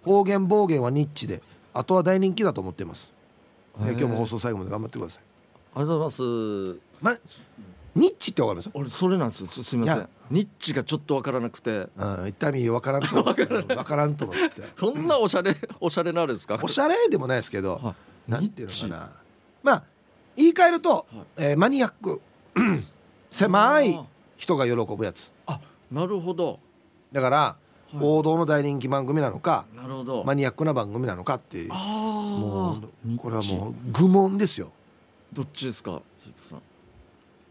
Speaker 2: 方言暴言はニッチであとは大人気だと思っています、えー今日も放送最後まで頑張ってください、
Speaker 1: ありがとうございます
Speaker 2: ま、ニッチってわかります
Speaker 1: 俺それなんですすすみませ
Speaker 2: い
Speaker 1: ん
Speaker 2: や
Speaker 1: ニッチがちょっとわからなくて
Speaker 2: うん、痛み分からんと思って分からんと思って
Speaker 1: そんなおしゃれ、 おしゃれなあれですか
Speaker 2: おしゃれでもないですけど、
Speaker 1: は
Speaker 2: なんていうのかなまあ言い換えると、えーマニアック狭い人が喜ぶやつ
Speaker 1: あなるほど
Speaker 2: だから、王道の大人気番組なのか
Speaker 1: なるほど、
Speaker 2: マニアックな番組なのかっていう
Speaker 1: あ
Speaker 2: もう
Speaker 1: あ
Speaker 2: これはもう愚問ですよ
Speaker 1: どっちですかヒープさん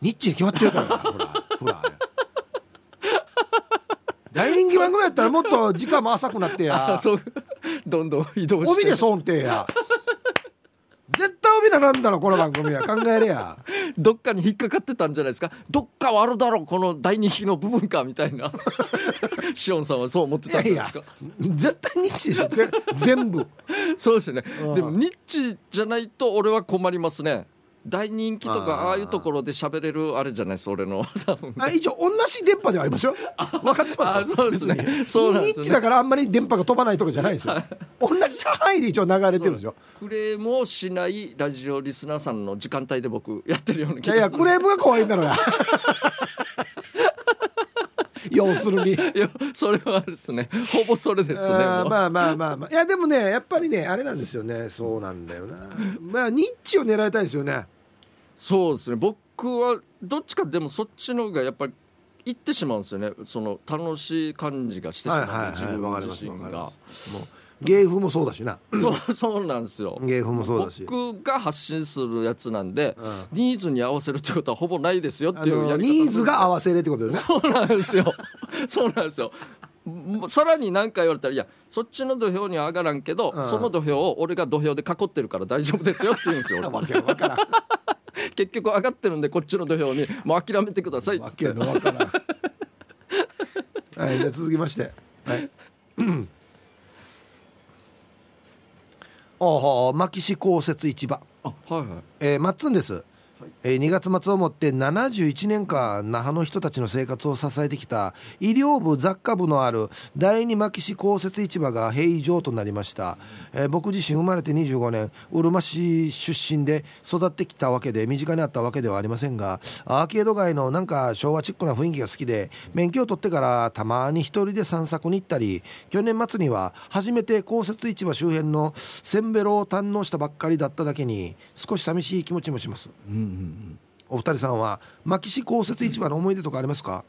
Speaker 2: ニッチに決まってるからなほらほら 大人気番組やったらもっと時間も浅くなってや
Speaker 1: あそう どんどん移動して
Speaker 2: 帯で損定や 絶対帯ななんだろこの番組は考えれや
Speaker 1: どっかに引っかかってたんじゃないですかどっかはあるだろうこの第二期の部分かみたい なシオンさんは そう思って
Speaker 2: い
Speaker 1: た
Speaker 2: や
Speaker 1: んじゃ
Speaker 2: い
Speaker 1: ないですか
Speaker 2: や絶対ニッチでしょぜ全 部
Speaker 1: そうですよね
Speaker 2: うん
Speaker 1: でもニッチじゃないと俺は困りますね大人気とか
Speaker 2: あー
Speaker 1: ああいうところで喋れるあれじゃないです俺の 多分
Speaker 2: あ一応同じ電波ではありますよ分かってま
Speaker 1: あ
Speaker 2: す
Speaker 1: そうですね
Speaker 2: 別に
Speaker 1: そうなんですよね
Speaker 2: ニッチだからあんまり電波が飛ばないとかじゃな いですよ同じ範囲で一応流れてるんですよ
Speaker 1: クレームをしないラジオリスナーさんの時間帯で僕やってるようない気
Speaker 2: やい
Speaker 1: が
Speaker 2: や
Speaker 1: す
Speaker 2: ク
Speaker 1: る
Speaker 2: レームが怖いんだ ろうや要するに
Speaker 1: いやそれはあれですね ほぼそれですねもう
Speaker 2: あーまあまあまあまあいやでもねやっぱりねあれなんですよねそうなんだよなまあニッチを狙いたいですよね
Speaker 1: そうですね僕はどっちかでもそっちの方がやっぱり行ってしまうんですよねその楽しい感じがしてしまう、自分自身が
Speaker 2: もう芸風もそうだしな
Speaker 1: そうそうなんですよ
Speaker 2: 芸風もそうだし
Speaker 1: 僕が発信するやつなんで、
Speaker 2: うん
Speaker 1: ニーズに合わせるってことはほぼないですよっ
Speaker 2: あ
Speaker 1: ていうや
Speaker 2: の
Speaker 1: り方
Speaker 2: ニーズが合わせれってことですね
Speaker 1: そうなんですよ。 そうなんですよ。もうさらに何か言われたら「いやそっちの土俵には上がらんけど、
Speaker 2: うん
Speaker 1: その土俵を俺が土俵で囲ってるから大丈夫ですよ」って言うんです よ俺
Speaker 2: わけのわからんわ
Speaker 1: 結局上がってるんでこっちの土俵にもう諦めてくださいっつっ
Speaker 2: け
Speaker 1: て
Speaker 2: のわからんはいじゃあ続きましてはいうんおうほう牧師公設市場
Speaker 1: あはいはい
Speaker 2: えー、マッツンです、えー2月末をもって71年間那覇の人たちの生活を支えてきた医療部雑貨部のある第二牧師公設市場が閉場となりました、えー僕自身生まれて25年うるま市出身で育ってきたわけで身近にあったわけではありませんがアーケード街のなんか昭和チックな雰囲気が好きで免許を取ってからたまに一人で散策に行ったり去年末には初めて公設市場周辺のせんべろを堪能したばっかりだっただけに少し寂しい気持ちもします
Speaker 1: うんうん
Speaker 2: お二人さんは牧師公設市場の思い出とかありますか、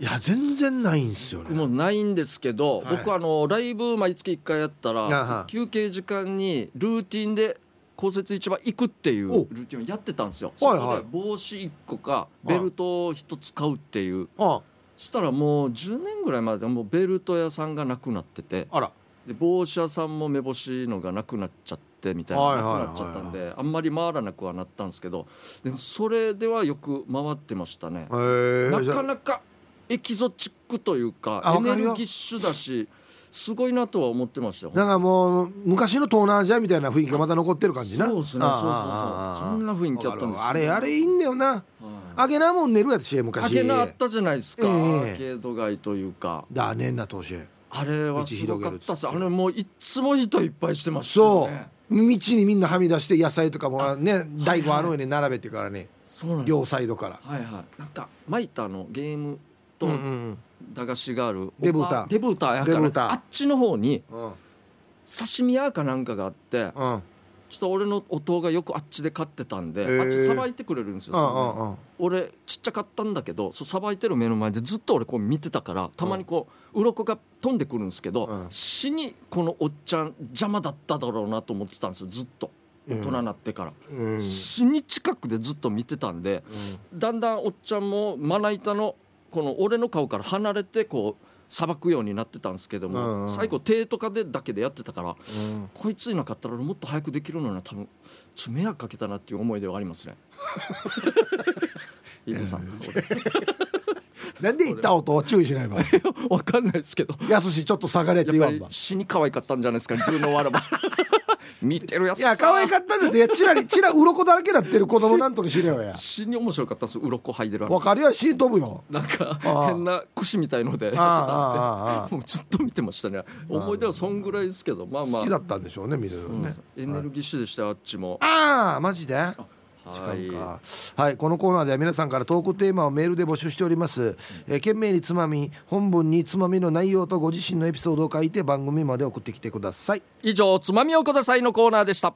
Speaker 2: いや全然ないんですよ
Speaker 1: うん、
Speaker 2: ね
Speaker 1: もうないんですけど、
Speaker 2: はい
Speaker 1: 僕あのライブ毎月1回やった
Speaker 2: あは
Speaker 1: ら休憩時間にルーティンで公設市場行くっていう
Speaker 2: お
Speaker 1: ルーティンをやってたんですよ。
Speaker 2: はいはい
Speaker 1: そこで帽子1個かベルトを1つ買うっていう、
Speaker 2: あ
Speaker 1: したらもう10年ぐらい前でもうベルト屋さんがなくなってて
Speaker 2: あら
Speaker 1: で帽子屋さんも目星のがなくなっちゃってみたいな、
Speaker 2: はいはいはいはい
Speaker 1: なくなっちゃったんであんまり回らなくはなったんですけどでもそれではよく回ってましたね
Speaker 2: へ。え
Speaker 1: なか
Speaker 2: か
Speaker 1: なかエキゾチックというか
Speaker 2: あ
Speaker 1: エ
Speaker 2: わか
Speaker 1: ネ
Speaker 2: るよ
Speaker 1: ルギッシュだしすごいなとは思ってましたよ。
Speaker 2: なんかもう昔の東南アジアみたいな雰囲気がまた残ってる感じな
Speaker 1: そうですね
Speaker 2: ああ
Speaker 1: そうそうそう
Speaker 2: ああああ
Speaker 1: そんな雰囲気あったんですよ
Speaker 2: あれあれいいんだよな
Speaker 1: はい
Speaker 2: あげなもん寝るやつし昔
Speaker 1: あげなあったじゃないですか、
Speaker 2: ええ
Speaker 1: アーケード街というか
Speaker 2: だねんな投資
Speaker 1: あれはすごかったっすあれもういっつも人いっぱいしてました
Speaker 2: そ
Speaker 1: よ
Speaker 2: う
Speaker 1: ね
Speaker 2: 道にみんなはみ出して野菜とかもね大根あの上に並べてからね
Speaker 1: そうなんですよ
Speaker 2: 両サイドから
Speaker 1: はいはいなんかマイターのゲームと
Speaker 2: うんうん
Speaker 1: 駄菓子がある
Speaker 2: デブータ
Speaker 1: おばデブーターやから
Speaker 2: デブーター
Speaker 1: あっちの方に
Speaker 2: うん
Speaker 1: 刺身屋かなんかがあって
Speaker 2: うん
Speaker 1: ちょっと俺の弟がよくあっちで買ってたんで、
Speaker 2: へえ
Speaker 1: あっちさばいてくれるんですよ、
Speaker 2: うんうん
Speaker 1: その
Speaker 2: うん
Speaker 1: 俺ちっちゃかったんだけどそうさばいてる目の前でずっと俺こう見てたからたまにこう鱗が飛んでくるんですけど、
Speaker 2: うん
Speaker 1: 死にこのおっちゃん邪魔だっただろうなと思ってたんですよずっと大人になってから、
Speaker 2: うん
Speaker 1: 死に近くでずっと見てたんでだんだんおっちゃんもまな板のこの俺の顔から離れてこうさばくようになってたんですけども、
Speaker 2: うんうん
Speaker 1: 最後手とかでだけでやってたから
Speaker 2: うん
Speaker 1: こいついなかったら俺もっと早くできるのにな多分ちょっと迷惑かけたなっていう思いではあり ますね。伊藤さん、
Speaker 2: なんで行った音を注意し ないば
Speaker 1: わかんないですけど、
Speaker 2: やすしちょっと下がれって
Speaker 1: やっ
Speaker 2: 言
Speaker 1: ぱ
Speaker 2: わん
Speaker 1: り
Speaker 2: ば
Speaker 1: 死に可愛かったんじゃないですか、ルーノワ ラバ。見てるやつ
Speaker 2: い
Speaker 1: さ。
Speaker 2: や可愛かったんだってちらりちら鱗だらけなってる子供なんとかしねえ よや
Speaker 1: 死に面白かったです、鱗吐いてるあれ
Speaker 2: わかるよ死ん飛ぶよ
Speaker 1: なんか
Speaker 2: ああ
Speaker 1: 変な櫛みたいのでやって
Speaker 2: ああ
Speaker 1: たん
Speaker 2: ああああ
Speaker 1: で、もうずっと見てましたね。思い出はそんぐらいですけど、まあま
Speaker 2: 好
Speaker 1: あ
Speaker 2: きだ。ったんでしょうね見るの
Speaker 1: うん
Speaker 2: ね
Speaker 1: エネルギッシュでしたよ、あっちも。
Speaker 2: ああマジで時
Speaker 1: は
Speaker 2: 間
Speaker 1: い。
Speaker 2: かはいこのコーナーでは皆さんからトークテーマをメールで募集しております、えー、懸命につまみ本文につまみの内容とご自身のエピソードを書いて番組まで送ってきてください
Speaker 1: 以上、つまみをくださいのコーナーでした。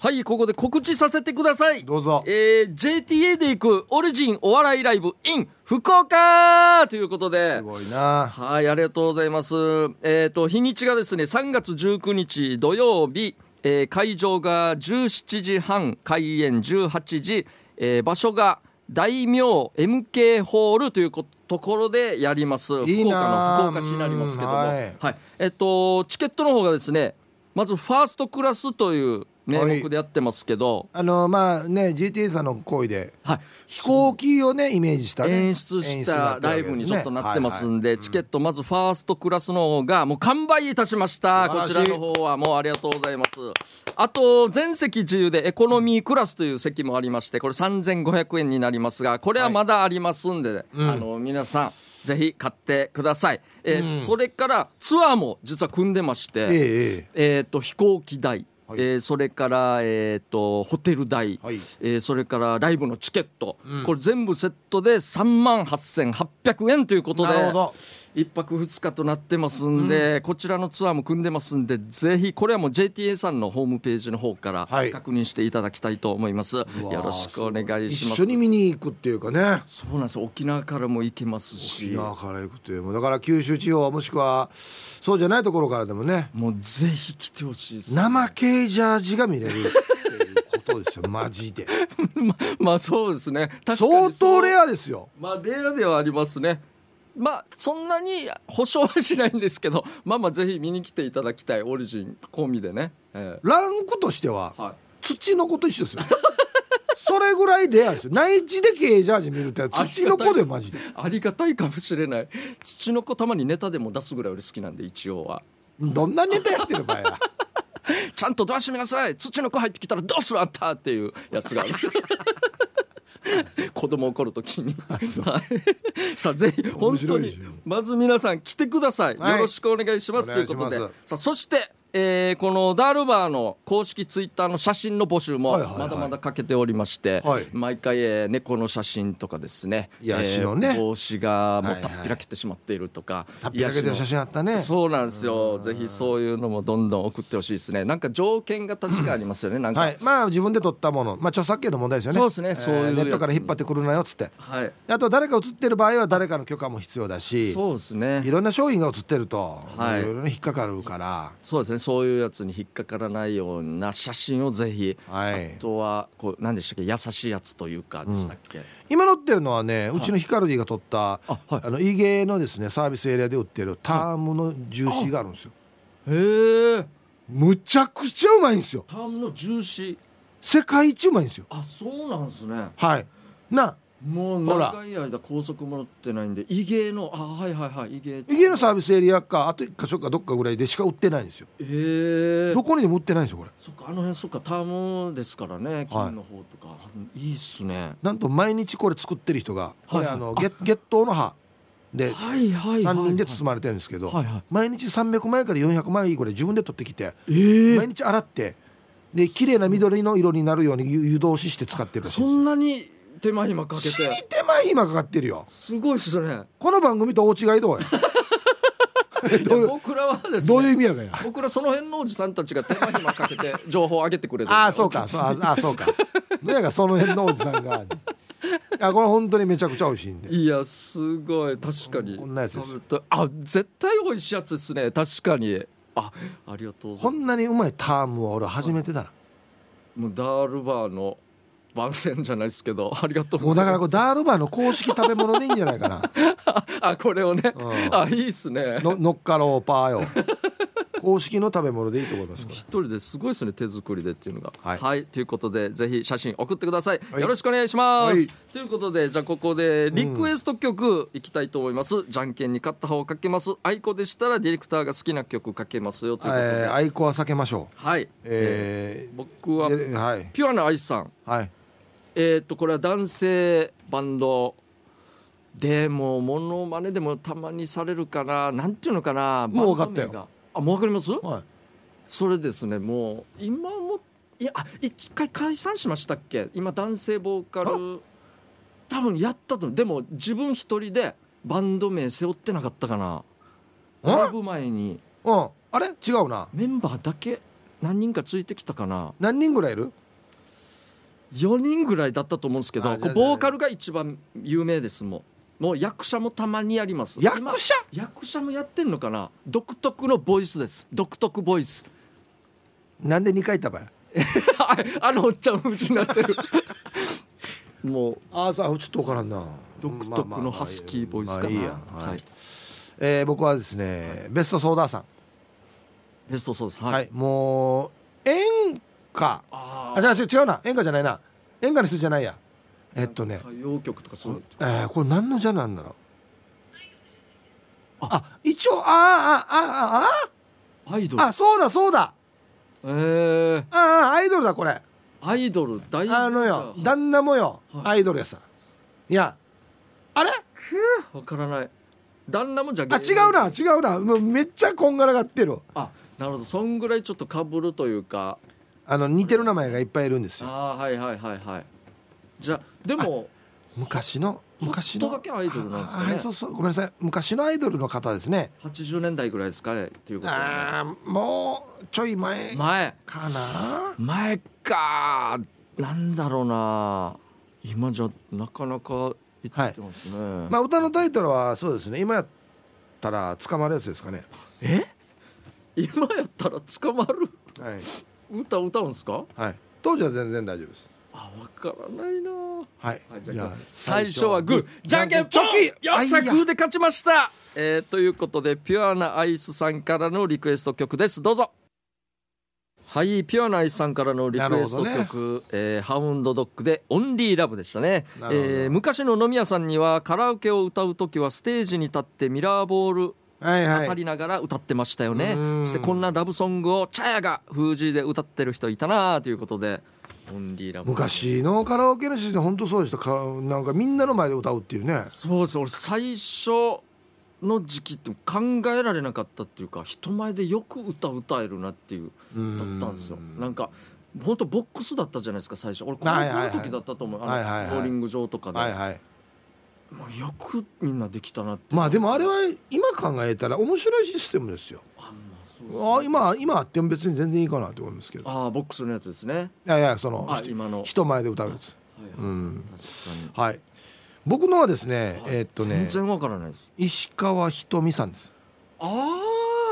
Speaker 1: はい、ここで告知させてください。
Speaker 2: どうぞ。
Speaker 1: えー JTA で行くオリジンお笑いライブ in 福岡ということです
Speaker 2: ごいな
Speaker 1: はい、ありがとうございます。えっ、と、日にちがですね、3月19日土曜日、えー会場が17時半、開演18時、えー場所が大名 MK ホールということころでやります。
Speaker 2: いい
Speaker 1: 福岡
Speaker 2: な
Speaker 1: の福岡市になりますけども。
Speaker 2: うん
Speaker 1: は
Speaker 2: はいい。
Speaker 1: えっ、と、チケットの方がですね、まずファーストクラスという名目でやってますけど、
Speaker 2: あのまあね GTA さんの行為で
Speaker 1: はい、
Speaker 2: 飛行機をねイメージした、ね、
Speaker 1: 演出したライブにちょっとなってますんで、チケットまずファーストクラスの方がもう完売いたしました
Speaker 2: 素晴
Speaker 1: こ
Speaker 2: らし
Speaker 1: ち
Speaker 2: い
Speaker 1: らの方はもうありがとうございますあと全席自由でエコノミークラスという席もありましてこれ3500円になりますがこれはまだありますんで、あの皆さんぜひ買ってください、えーそれからツアーも実は組んでまして、
Speaker 2: ええええ
Speaker 1: えー、と飛行機代、
Speaker 2: はい
Speaker 1: えーそれから、えー、とホテル代、
Speaker 2: はい
Speaker 1: えーそれからライブのチケット、これ全部セットで3万8800円ということで
Speaker 2: なるほど
Speaker 1: 1泊2日となってますんで、こちらのツアーも組んでますんでぜひこれはもう JTA さんのホームページの方から
Speaker 2: はい
Speaker 1: 確認していただきたいと思います、よろしくお願いしま
Speaker 2: 一
Speaker 1: す
Speaker 2: 緒に見に行くっていうかね
Speaker 1: そうなんですよ沖縄からも行けますし
Speaker 2: 沖縄から行くというもうだから九州地方もしくはそうじゃないところからでもね
Speaker 1: もうぜひ来てほしいです
Speaker 2: 生系ジャージが見れるっていうことです よマジで
Speaker 1: ままあそうですね確かにそう
Speaker 2: 相当レアですよ
Speaker 1: まあレアではありますね。まあそんなに保証はしないんですけど、まあまあぜひ見に来ていただきたいオリジン込みでね。え
Speaker 2: ランクとしては
Speaker 1: えはい。
Speaker 2: 土の子と一緒ですよそれぐらいレアですよ内地で系ジャージ見るって土の子でマ ジで
Speaker 1: ありがたいかもしれない。土の子たまにネタでも出すぐらい俺好きなんで一応は。
Speaker 2: どんなネタやってる場合や
Speaker 1: ちゃんとドア閉めなさい土の子入ってきたらどうするあんたっていうやつがある 子供怒るときにはいさあぜひ本当
Speaker 2: 面白いで
Speaker 1: に
Speaker 2: すよ
Speaker 1: まず皆さん来てください、
Speaker 2: はい
Speaker 1: よろしくお願いします
Speaker 2: お
Speaker 1: という
Speaker 2: 願い
Speaker 1: こ
Speaker 2: し
Speaker 1: と
Speaker 2: ます
Speaker 1: でさあそしてえーこのダールバーの公式ツイッターの写真の募集も
Speaker 2: はいはいはい
Speaker 1: まだまだかけておりまして、
Speaker 2: はい
Speaker 1: 毎回、えー猫の写真とかですね
Speaker 2: 癒しのね
Speaker 1: えー帽子がもう
Speaker 2: はい
Speaker 1: た
Speaker 2: はい
Speaker 1: っぴらけてしまっているとか、
Speaker 2: たっぴらけてる写真あったね
Speaker 1: そうなんですよ。ぜひそういうのもどんどん送ってほしいですね。なんか条件が確かありますよね。なんか、
Speaker 2: はいまあ自分で撮ったものまあ著作権の問題ですよね
Speaker 1: そうですね
Speaker 2: えー
Speaker 1: そういうやつ
Speaker 2: ネットから引っ張ってくるなよっつって
Speaker 1: はい、
Speaker 2: あと誰か写ってる場合は誰かの許可も必要だし
Speaker 1: そうです
Speaker 2: い
Speaker 1: ね。
Speaker 2: ろんな商品が写ってると、
Speaker 1: はい
Speaker 2: い、ろいろね引っかかるから
Speaker 1: そうですね。そういうやつに引っかからないような写真をぜひ。
Speaker 2: はい
Speaker 1: あとはこう何でしたっけ優しいやつというかでしたっけ、
Speaker 2: 今乗ってるのはねうちのヒカルディが撮った、
Speaker 1: あはい
Speaker 2: あのイゲーのですねサービスエリアで売ってるタームのジューシーがあるんですよ
Speaker 1: へえ
Speaker 2: むちゃくちゃうまいんですよ
Speaker 1: タームのジューシー
Speaker 2: 世界一うまいんですよ
Speaker 1: あそうなんですね
Speaker 2: はいな
Speaker 1: もう
Speaker 2: ほら
Speaker 1: 長い間高速も乗ってないんで異芸のあはいはいはい異芸
Speaker 2: イゲーのサービスエリアかあと一箇所かどっかぐらいでしか売ってないんですよ
Speaker 1: えー、
Speaker 2: どこにでも売ってないんですよこれ
Speaker 1: そっかあの辺そっかタームですからね金の方とか、い、いっすね
Speaker 2: なんと毎日これ作ってる人がこれ
Speaker 1: はい
Speaker 2: あの月月頭の葉で
Speaker 1: はいはいはい
Speaker 2: 3人で包まれてるんですけど
Speaker 1: はいはい
Speaker 2: 毎日300枚から400枚これ自分で取ってきて
Speaker 1: え
Speaker 2: 毎日洗ってで綺麗な緑の色になるように湯湯通しして使ってるらしい
Speaker 1: そ
Speaker 2: ん
Speaker 1: んなに手間暇かけ
Speaker 2: です死に
Speaker 1: て
Speaker 2: 手間暇かかってるよ
Speaker 1: すごいっすね
Speaker 2: この番組と大違い どうや
Speaker 1: い
Speaker 2: どう
Speaker 1: や
Speaker 2: いう
Speaker 1: 僕らはです
Speaker 2: どういう
Speaker 1: ね
Speaker 2: 意味やかんや
Speaker 1: 僕らその辺のおじさんたちが手間暇かけて 情報を上げてくれてる
Speaker 2: ああそうかそうああそうかなんやかその辺のおじさんがいやこれ本当にめちゃくちゃ美味しいんで
Speaker 1: いやすごい確かに
Speaker 2: こんなやつです
Speaker 1: 食べたあ絶対美味しいやつですね確かにあありがとうござい
Speaker 2: こ
Speaker 1: ます
Speaker 2: んなにうまいタームは俺初めてだな
Speaker 1: もうダールバーの番宣じゃないですけどありがとう
Speaker 2: も
Speaker 1: ご
Speaker 2: う
Speaker 1: ざ
Speaker 2: だ
Speaker 1: い
Speaker 2: から
Speaker 1: ます
Speaker 2: これダールバーの公式食べ物でいいんじゃないかな
Speaker 1: あこれをね、
Speaker 2: うん
Speaker 1: あいいっすね
Speaker 2: の乗っかろうパーよ公式の食べ物でいいと思いますこれ
Speaker 1: 一人ですごいですね手作りでっていうのがは、
Speaker 2: はいい
Speaker 1: ということでぜひ写真送ってください、
Speaker 2: はい
Speaker 1: よろしくお願いします、
Speaker 2: はい
Speaker 1: ということでじゃあここでリクエスト曲いきたいと思います、じゃんけんに勝った方をかけますあいこでしたらディレクターが好きな曲かけますよということで、
Speaker 2: えーアイコは避けましょう
Speaker 1: はい、え
Speaker 2: え
Speaker 1: ー僕
Speaker 2: ー
Speaker 1: は
Speaker 2: えーはい
Speaker 1: ピュアなアイスさん
Speaker 2: はい
Speaker 1: えっ、とこれは男性バンドでもうモノマネでもたまにされるかななんていうのかな
Speaker 2: もう分かったよ
Speaker 1: バンド名があもう分かります
Speaker 2: はい
Speaker 1: それですねもう今もいやあ一回解散しましたっけ今男性ボーカル多分やったと思うでも自分一人でバンド名背負ってなかったかなライブ前に
Speaker 2: うんあれ違うな
Speaker 1: メンバーだけ何人かついてきたかな
Speaker 2: 何人ぐらいいる
Speaker 1: 4人ぐらいだったと思うんですけど
Speaker 2: あじゃ
Speaker 1: こ
Speaker 2: あ
Speaker 1: うボーカルが一番有名ですもんもう役者もたまにやります
Speaker 2: 役
Speaker 1: 今
Speaker 2: 者
Speaker 1: 役者もやってんのかな独特のボイスです独特ボイス
Speaker 2: なんで2回言ったばや
Speaker 1: あ あのおっちゃん無事にな ってるもう
Speaker 2: ああさあちょっと分からんな
Speaker 1: 独特のハスキーボイスかな、
Speaker 2: まあまあいいや
Speaker 1: は
Speaker 2: はいいえー僕はですねベストソーダーさん
Speaker 1: ベストそうですはい、
Speaker 2: はいもう演歌
Speaker 1: あ
Speaker 2: あじゃあ違う違うな演歌じゃないな演歌の人じゃないやえっとね
Speaker 1: 歌謡曲とかそういう
Speaker 2: えー、これ何のジャンルなんだろうあ一応あーああ
Speaker 1: アイド
Speaker 2: あ
Speaker 1: ル
Speaker 2: あああそうだそうだ
Speaker 1: えー、
Speaker 2: ああアイドルだこれ
Speaker 1: アイドル大
Speaker 2: あのよ
Speaker 1: だ
Speaker 2: 旦那もよ、
Speaker 1: は
Speaker 2: アイドルやさいやあれあ
Speaker 1: わからない旦那もじゃあ芸
Speaker 2: 違
Speaker 1: 人
Speaker 2: うな違うなもうめっちゃこんがらがってる
Speaker 1: あなるほどそんぐらいちょっとかぶるというか
Speaker 2: あの似てる名前がいっぱいいるんですよ
Speaker 1: ああはいはいはいはいじゃあでも
Speaker 2: 昔の昔の
Speaker 1: ちょっとだけアイドルなんですかね
Speaker 2: あはいそうそうごめんなさい昔のアイドルの方ですね
Speaker 1: 80年代ぐらいですかねっていうことはね
Speaker 2: ああもうちょい前
Speaker 1: 前
Speaker 2: かな
Speaker 1: 前かなんだろうな今じゃなかなか言ってますね、
Speaker 2: まあ歌のタイトルはそうですね今やったら捕まるやつですかね
Speaker 1: え今やったら捕まる
Speaker 2: はい
Speaker 1: 歌歌うんですか
Speaker 2: はい、当時は全然大丈夫です。
Speaker 1: あわからないな
Speaker 2: はい
Speaker 1: はいじゃあ
Speaker 2: じゃあ
Speaker 1: 最初はグーじゃんけんポンよっしゃ
Speaker 2: あいや
Speaker 1: グーで勝ちましたえーということでピュアなアイスさんからのリクエスト曲ですどうぞはいピュアなアイスさんからのリクエスト
Speaker 2: なるほ
Speaker 1: 曲、えーハウンドドッグで「オンリーラブ」でしたね、え
Speaker 2: なるほど
Speaker 1: ー昔の飲み屋さんにはカラオケを歌う時はステージに立ってミラーボール
Speaker 2: はい
Speaker 1: 当た
Speaker 2: はい
Speaker 1: りながら歌ってましたよね、
Speaker 2: うん
Speaker 1: そしてこんなラブソングをチャヤが封じで歌ってる人いたなということでオンリーラブ
Speaker 2: 昔のカラオケの人って本当そうでしたかなんかみんなの前で歌うっていうね
Speaker 1: そうです俺最初の時期って考えられなかったっていうか人前でよく歌歌えるなっていう
Speaker 2: だ
Speaker 1: だったんですよなんか本当ボックスだったじゃないですか最初俺高校
Speaker 2: はいはいはい
Speaker 1: の時だったと思う、
Speaker 2: はいはい
Speaker 1: あ
Speaker 2: はい
Speaker 1: のボーリング場とかで、
Speaker 2: はいはい
Speaker 1: まあ、よくみんなできたなって
Speaker 2: まあでもあれは今考えたら面白いシステムですよ
Speaker 1: あ,、まあそうですね
Speaker 2: あ今今あっても別に全然いいかなと思いますけど
Speaker 1: ああボックスのやつですね
Speaker 2: いやいやその
Speaker 1: あ今の、
Speaker 2: 人前で歌うやつ
Speaker 1: はいはい
Speaker 2: うん
Speaker 1: 確かに
Speaker 2: はい僕のはですねえーっと
Speaker 1: 全
Speaker 2: ね
Speaker 1: 然わからないです
Speaker 2: 石川ひとみさんです
Speaker 1: あ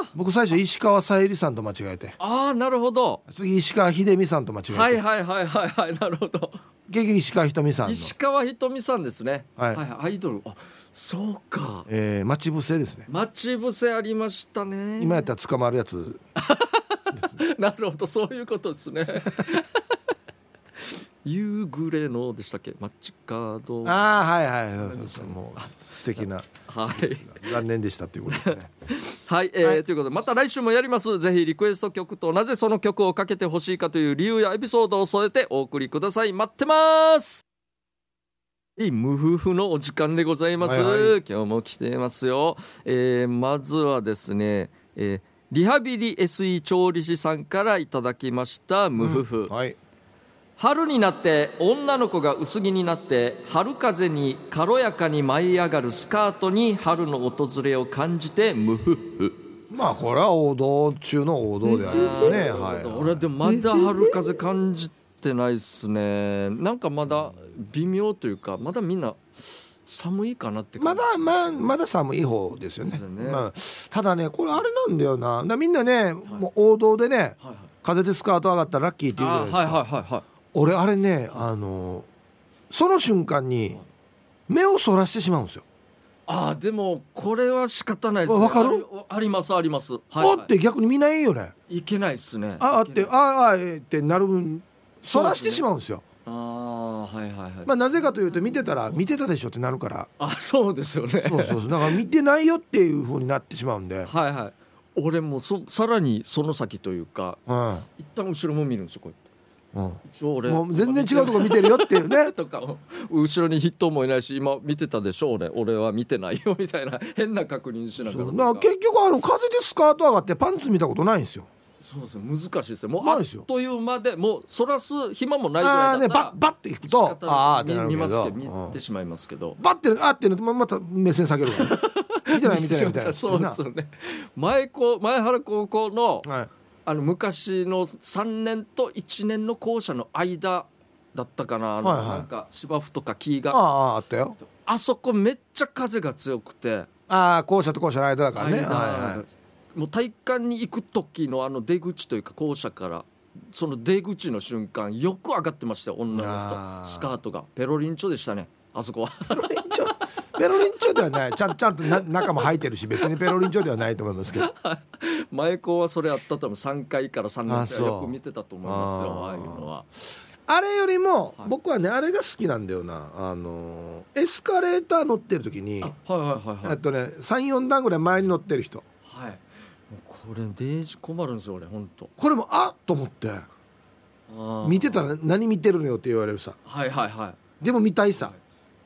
Speaker 1: あ
Speaker 2: 僕最初石川さゆりさんと間違えて
Speaker 1: ああなるほど
Speaker 2: 次石川秀美さんと間違えて、
Speaker 1: はいはいはいはいはいなるほど
Speaker 2: 結局石川ひとみさんの、
Speaker 1: 石川ひとみさんですね
Speaker 2: は
Speaker 1: はいい、アイドルあそうか
Speaker 2: えー、待ち伏せですね
Speaker 1: 待ち伏せありましたね
Speaker 2: 今やったら捕まるやつ
Speaker 1: なるほどそういうことです ね夕暮れのでしたっけマッチカードは
Speaker 2: ああはいはいそうそうそうもう素敵ない残念でしたということですね
Speaker 1: はい、えーということでまた来週もやりますぜひリクエスト曲となぜその曲をかけてほしいかという理由やエピソードを添えてお送りください待ってますいい無夫婦のお時間でございます、
Speaker 2: はいは
Speaker 1: 今日も来てますよ、えーまずはですね、えーリハビリ SE 調理師さんからいただきました無夫婦、
Speaker 2: はい
Speaker 1: 春になって女の子が薄着になって春風に軽やかに舞い上がるスカートに春の訪れを感じて無夫婦
Speaker 2: まあこれは王道中の王道でありますねはい
Speaker 1: 俺でもまだ春風感じてないっすねなんかまだ微妙というかまだみんな寒いかなって感
Speaker 2: ま
Speaker 1: じ
Speaker 2: だまあまだ寒い方ですよね
Speaker 1: ですよね
Speaker 2: まあ、ただねこれあれなんだよなだからみんなね、もう王道でね
Speaker 1: はいはい
Speaker 2: 風でスカート上がったらラッキーって言うじゃ
Speaker 1: あ
Speaker 2: ないですか、
Speaker 1: はいはいはいはい
Speaker 2: 俺あれねあのその瞬間に目をそらしてしまうんですよ、
Speaker 1: あーでもこれは仕方ないです
Speaker 2: わ
Speaker 1: ね
Speaker 2: かる
Speaker 1: ありありますありますはい、
Speaker 2: おって逆に見ないよね
Speaker 1: いけないっすね
Speaker 2: ああってあああえってなるんそらしてしまうんですよ
Speaker 1: ああーはいはいはい、
Speaker 2: まあなぜかというと見てたら見てたでしょってなるから
Speaker 1: あそうですよね
Speaker 2: そうそうそうだから見てないよっていう風になってしまうん
Speaker 1: は
Speaker 2: で、
Speaker 1: いはい俺もそさらにその先というか
Speaker 2: うん
Speaker 1: 一旦後ろも見るんですよこうやって
Speaker 2: うん、
Speaker 1: 一応俺
Speaker 2: もう全然違うとこ見てるよっていう ね
Speaker 1: とかを後ろに人もいないし今見てたでしょ俺俺は見てないよみたいな 変な確認しなが
Speaker 2: そ
Speaker 1: ら
Speaker 2: う
Speaker 1: と
Speaker 2: だから
Speaker 1: か
Speaker 2: 結局あの風でスカート上がってパンツ見たことないんですよ
Speaker 1: そうですね難しいですよもう
Speaker 2: ない
Speaker 1: あ
Speaker 2: で
Speaker 1: っ
Speaker 2: すよ
Speaker 1: という間でもうそらす暇もないぐ
Speaker 2: あ
Speaker 1: ら
Speaker 2: あ
Speaker 1: いだ
Speaker 2: ーね
Speaker 1: ったら
Speaker 2: バッバッていく
Speaker 1: 仕
Speaker 2: と
Speaker 1: 方
Speaker 2: ああーって
Speaker 1: 見
Speaker 2: なるけ
Speaker 1: 見ますけ
Speaker 2: ど
Speaker 1: ど見
Speaker 2: うん
Speaker 1: てしまいますけど
Speaker 2: バッてあーってなるとままた目線下げ るから見てない見てないみたいな
Speaker 1: そうですよね前こ前原高校の
Speaker 2: はい、
Speaker 1: あの昔の3年と1年の校舎の間だったかなあの
Speaker 2: はいはい
Speaker 1: なんか芝生とか木
Speaker 2: あ
Speaker 1: が
Speaker 2: ああったよ
Speaker 1: あそこめっちゃ風が強くて
Speaker 2: ああ校舎と校舎の間だからね、はい
Speaker 1: 間
Speaker 2: は
Speaker 1: もう体育館に行く時のあの出口というか校舎からその出口の瞬間よく上がってましたよ女の
Speaker 2: あー
Speaker 1: 人スカートがペロリンチョでしたねあそこは
Speaker 2: い、ペロリンチョペロリンチョではないちゃんちゃんとな中も入ってるし別にペロリンチョではないと思いますけど
Speaker 1: 前校はそれあったと思う3回から3年生
Speaker 2: あそう
Speaker 1: はよく見てたと思いますよ
Speaker 2: あー
Speaker 1: ああいうのは
Speaker 2: あれよりも
Speaker 1: はい
Speaker 2: 僕はねあれが好きなんだよなあのーエスカレーター乗ってる時に
Speaker 1: あはいはいはい
Speaker 2: え
Speaker 1: は
Speaker 2: っ
Speaker 1: い
Speaker 2: とね34段ぐらい前に乗ってる人
Speaker 1: はいもうこれデージ困るんですよ俺本当
Speaker 2: これもあっと思って見てた
Speaker 1: ね
Speaker 2: ら何見てるのよって言われるさ
Speaker 1: はいはいは
Speaker 2: でも見たいさ、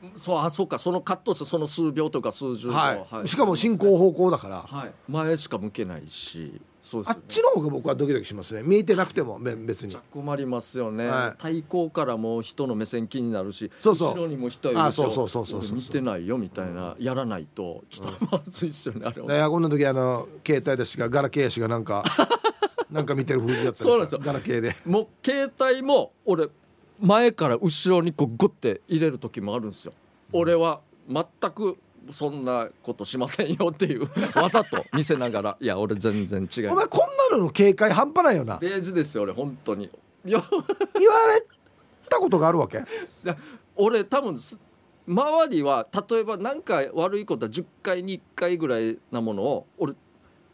Speaker 1: いそうあそうかそのカットしてその数秒とか数十秒、
Speaker 2: はいしかも進行方向だから
Speaker 1: はい前しか向けないしそうです
Speaker 2: あ
Speaker 1: よ
Speaker 2: っ
Speaker 1: ね
Speaker 2: ちの方が僕はドキドキしますね見えてなくてもべ別に
Speaker 1: じゃ困りますよね、
Speaker 2: はい
Speaker 1: 対向からも人の目線気になるし
Speaker 2: そうそう
Speaker 1: 後ろにも人いるし
Speaker 2: あそうそうそうそうそうそう
Speaker 1: 見てないよみたいな、やらないとちょっとまずいっすよねあれは、
Speaker 2: エアコンの時あの携帯だしがガラケーやしがな んかなんか見てる風景だったりさ
Speaker 1: そうなんですよ
Speaker 2: ガラケーで
Speaker 1: もう携帯も俺前から後ろにこうグッて入れる時もあるんですよ、俺は全くそんなことしませんよっていうわざと見せながらいや俺全然違
Speaker 2: お
Speaker 1: う
Speaker 2: 前こんなのの警戒半端ないよな
Speaker 1: ページですよ俺本当にいや
Speaker 2: 言われたことがあるわけはい
Speaker 1: だ俺多分す周りは例えば何か悪いことは10回に1回ぐらいなものを俺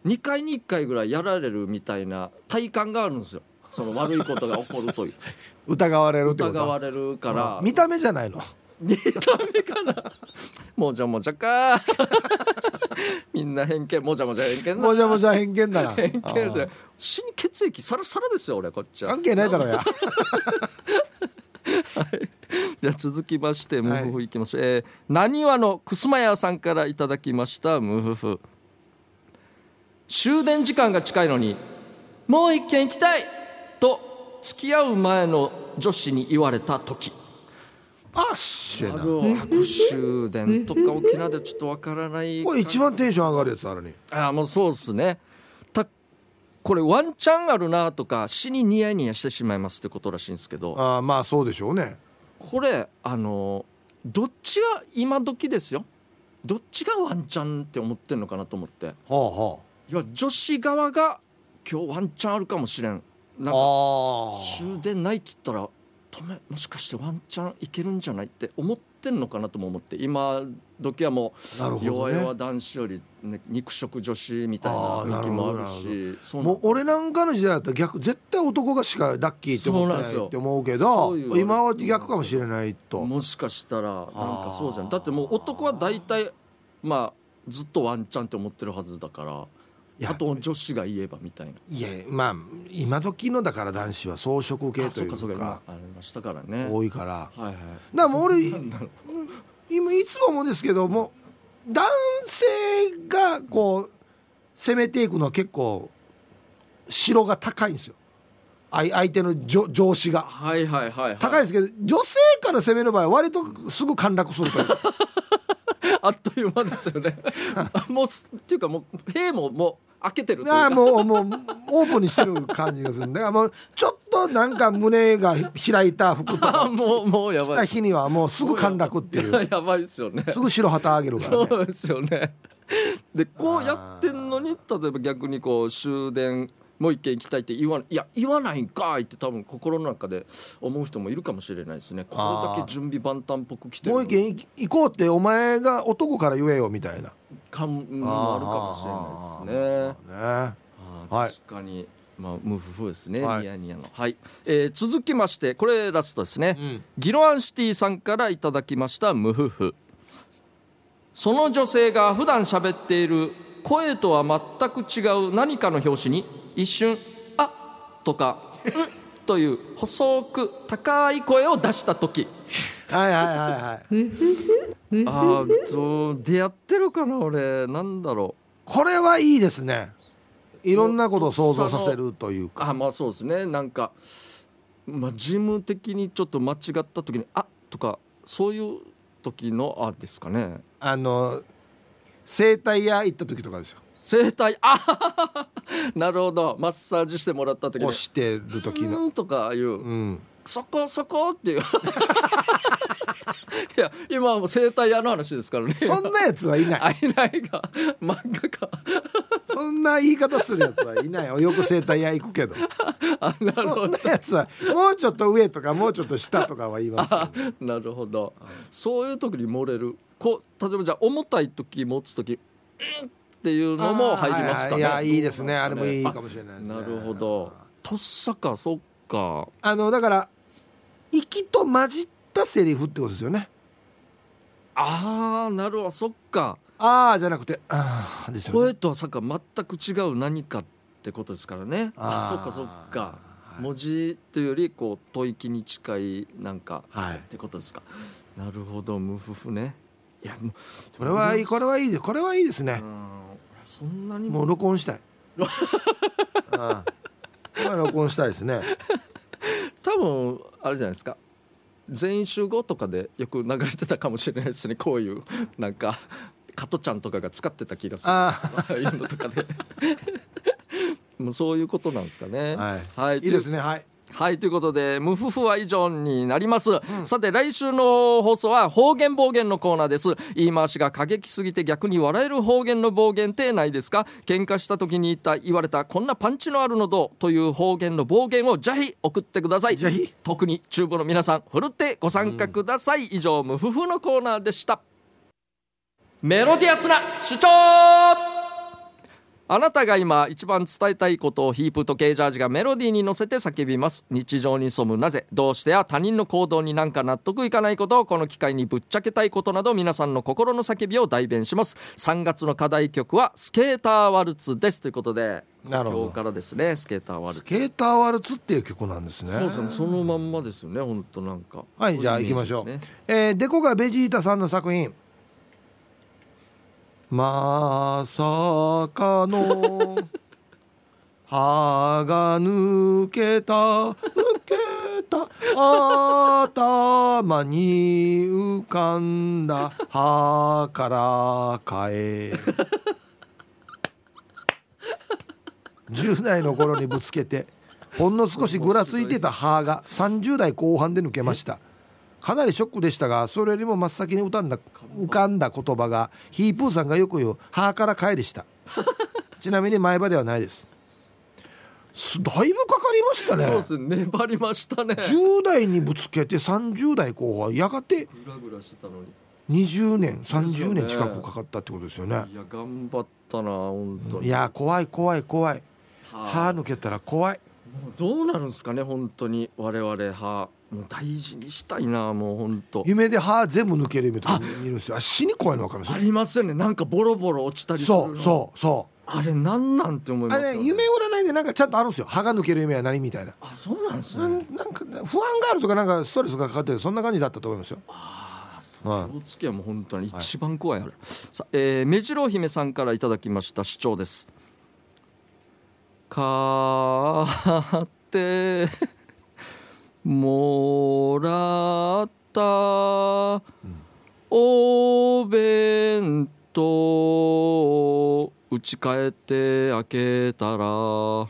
Speaker 1: 2回に1回ぐらいやられるみたいな体感があるんですよその悪いことが起こる という
Speaker 2: 疑われるってこと
Speaker 1: 疑われるから
Speaker 2: うん見た目じゃないの
Speaker 1: 見た目かなもうじゃもじゃか みんな偏見もじゃもじゃ偏見
Speaker 2: も
Speaker 1: な
Speaker 2: じゃもじゃ偏見だな
Speaker 1: 偏見です
Speaker 2: あ
Speaker 1: よ
Speaker 2: ー
Speaker 1: 死に血液サラサラですよ俺こっちは
Speaker 2: 関係ないだろうや
Speaker 1: じゃあ続きましてムフフいきます、えー、何話のくすまやさんからいただきましたムフフ終電時間が近いのにもう一軒行きたいと付き合う前の女子に言われた時
Speaker 2: あっし
Speaker 1: あ
Speaker 2: な
Speaker 1: の白終電とか沖縄でちょっとわからない
Speaker 2: これ一番テンション上がるやつあるね
Speaker 1: ああもうそうですねたこれワンチャンあるなとか死にニヤニヤしてしまいますってことらしいんですけど
Speaker 2: あーまあそうでしょうね
Speaker 1: これあのどっちが今時ですよどっちがワンチャンって思ってんのかなと思って
Speaker 2: はあはい
Speaker 1: や女子側が今日ワンチャンあるかもしれんなんか
Speaker 2: ああー
Speaker 1: 終電ないって言ったら止めもしかしてワンチャンいけるんじゃないって思ってんのかなとも思って今時はも
Speaker 2: なる
Speaker 1: う
Speaker 2: ほ
Speaker 1: 弱
Speaker 2: ど
Speaker 1: 々
Speaker 2: ね
Speaker 1: 男子より、ね、肉食女子みたいな
Speaker 2: あーな
Speaker 1: 雰囲
Speaker 2: る
Speaker 1: 気
Speaker 2: ほ
Speaker 1: も
Speaker 2: ど
Speaker 1: あるしそうなん
Speaker 2: もう俺なんかの時代だったら逆絶対男がしかラッキーって思ってない
Speaker 1: そうなんですよ
Speaker 2: って思うけ
Speaker 1: そ
Speaker 2: ど
Speaker 1: ういう
Speaker 2: 今は逆かもしれないと
Speaker 1: もしかしたらなんかそうじゃんだってもう男は大体まあずっとワンチャンって思ってるはずだから
Speaker 2: いや
Speaker 1: あと女子が言えばみたいない
Speaker 2: やまあ今時のだから男子は装飾系
Speaker 1: あ
Speaker 2: と
Speaker 1: そう
Speaker 2: い
Speaker 1: かそう
Speaker 2: う
Speaker 1: か
Speaker 2: か
Speaker 1: 今ありましたからね
Speaker 2: 多いからだか
Speaker 1: はいはい
Speaker 2: らもう俺
Speaker 1: だろう
Speaker 2: 今いつも思うんですけども男性がこう攻めていくのは結構城が高いんですよ相相手の上上司が
Speaker 1: はいはいはいはい
Speaker 2: 高いんですけど女性から攻める場合は割とすぐ陥落する から
Speaker 1: あっという間ですよね もうすっていうかもう兵ももう開けてるという
Speaker 2: ああ
Speaker 1: か
Speaker 2: もうもうオープンにしてる感じがするんでだからもうちょっとなんか胸が開いた服と
Speaker 1: あ
Speaker 2: か
Speaker 1: もうもうや
Speaker 2: 着
Speaker 1: ば
Speaker 2: た
Speaker 1: い
Speaker 2: 日にはもうすぐ陥落っていう
Speaker 1: やばい ですよね
Speaker 2: すぐ白旗あげるから、ね、
Speaker 1: そうですよね。でこうやってんのに例えば逆にこう終電もう一軒行きたいって言わないいや言わないんかいって多分心の中で思う人もいるかもしれないですねこれだけ準備万端っぽく来てる
Speaker 2: もう一軒行き行こうってお前が男から言えよみたいな
Speaker 1: 感もあるかもしれないですね。
Speaker 2: ね
Speaker 1: あ
Speaker 2: はい
Speaker 1: ー確かに、まあ、無夫婦ですね、
Speaker 2: はい
Speaker 1: ニヤニヤの、はいえー続きましてこれラストですね、
Speaker 2: ん
Speaker 1: ギロアンシティさんからいただきました無夫婦その女性が普段喋っている声とは全く違う何かの拍子に一瞬「あとか「うん」という細く高い声を出した時
Speaker 2: はいはいはいはい
Speaker 1: あーどう出会ってるかな俺なんだろう
Speaker 2: これはいいですねいろんなことを想像させるというか
Speaker 1: あまあそうですねなんか、まあ、事務的にちょっと間違った時に「あとかそういう時の「あ」ですかね
Speaker 2: あの整体屋行った時とかですよ
Speaker 1: 整体あなるほどマッサージしてもらった時に
Speaker 2: 押してる時
Speaker 1: う
Speaker 2: の
Speaker 1: ーんとかいう
Speaker 2: うん
Speaker 1: 「そこそこ」っていう いや今はもう整体屋の話ですからね
Speaker 2: そんなやつはいない
Speaker 1: あいないが漫画家
Speaker 2: そんな言い方するやつはいないよよく整体屋行くけど
Speaker 1: あなるほど
Speaker 2: そんなやつはもうちょっと上とかもうちょっと下とかは言いますけど
Speaker 1: なるほどそういう時に漏れるこう例えばじゃあ重たい時持つ時うんっていうのも入りますかね
Speaker 2: あーはいはいいやいいですねあれもいいか
Speaker 1: も
Speaker 2: もしれないですね
Speaker 1: なるほどとっさかそっか
Speaker 2: あのだから息と混じったセリフってことですよね
Speaker 1: あーなるほどそっか
Speaker 2: ああじゃなくてああですよね
Speaker 1: 声とはさっか全く違う何かってことですからねあ
Speaker 2: ー
Speaker 1: そっかそっか
Speaker 2: はい
Speaker 1: 文字っていうよりこう吐息に近いなんか
Speaker 2: はい
Speaker 1: ってことですかなるほど無夫婦ねいやもう
Speaker 2: これはいいこれはいいでこれはいいですね
Speaker 1: う、んそんなに
Speaker 2: もう録音した いああこれは録音したいですね
Speaker 1: 多分あれじゃないですか全員集合とかでよく流れてたかもしれないですねこういうなんか加トちゃんとかが使ってた気がするあ
Speaker 2: あ
Speaker 1: あいうのとかで もうそういうことなんですかね
Speaker 2: あはい、
Speaker 1: はい
Speaker 2: い、いですねはい
Speaker 1: はい、ということで、無夫婦は以上になります。さて、来週の放送は方言暴言のコーナーです。言い回しが過激すぎて逆に笑える方言の暴言ってないですか喧嘩した時に言った、言われた、こんなパンチのあるのどうという方言の暴言をぜひ送ってください。
Speaker 2: ぜひ
Speaker 1: 特に中部の皆さん、ふるってご参加ください。以上、無夫婦のコーナーでした。メロディアスな主張あなたが今一番伝えたいことをヒープとケージャージがメロディーに乗せて叫びます日常に潜むなぜどうしてや他人の行動になんか納得いかないことをこの機会にぶっちゃけたいことなど皆さんの心の叫びを代弁します3月の課題曲は「スケーターワルツ」ですということで
Speaker 2: なるほど
Speaker 1: 今日からですねスケーターワルツ、
Speaker 2: ケーターワルツっていう曲なんですね
Speaker 1: そうですねそのまんまですよね本当なんか
Speaker 2: はいじゃあ行きましょうえーデコがベジータさんの作品まさか の歯が抜けた抜けた頭に浮かんだ歯からかえ10代の頃にぶつけてほんの少しぐらついてた歯が30代後半で抜けましたかなりショックでしたがそれよりも真っ先に浮かんだ浮かんだ言葉がヒープーさんがよく言う「歯からかえ」でした ちなみに前歯ではないですすだいぶかかりましたね
Speaker 1: そうですね粘りましたね
Speaker 2: 10代にぶつけて30代後半やがて
Speaker 1: グラグラしてたのに
Speaker 2: 20年30年
Speaker 1: です
Speaker 2: 近
Speaker 1: よね
Speaker 2: くかかったってことですよね
Speaker 1: いや頑張ったな本当に
Speaker 2: いや怖い怖い怖い
Speaker 1: は
Speaker 2: 歯抜けたら怖い
Speaker 1: もうどうなるんですかね本当に我々はもう大事にしたいなもう本当
Speaker 2: 夢で歯全部抜ける夢とか見るんですよあ死に怖いの分かるん
Speaker 1: あ
Speaker 2: で
Speaker 1: りますよねなんかボロボロ落ちたり
Speaker 2: す
Speaker 1: する
Speaker 2: よ
Speaker 1: の
Speaker 2: そうそうそう
Speaker 1: あれなんなんて思いま
Speaker 2: あ
Speaker 1: すよ
Speaker 2: れ
Speaker 1: ね
Speaker 2: 夢占いでなんかちゃんとあるんですよ歯が抜ける夢は何みたいな、
Speaker 1: あそうなんです
Speaker 2: な
Speaker 1: ね
Speaker 2: んなんかね不安があるとかなんかストレスがかかってるそんな感じだったと思いますよ
Speaker 1: ああそ
Speaker 2: はいう
Speaker 1: 気をつけはもう本当に一番怖いあれ、さえー目白姫さんからいただきました主張です買ってもらったお弁当打ち替えて開けたら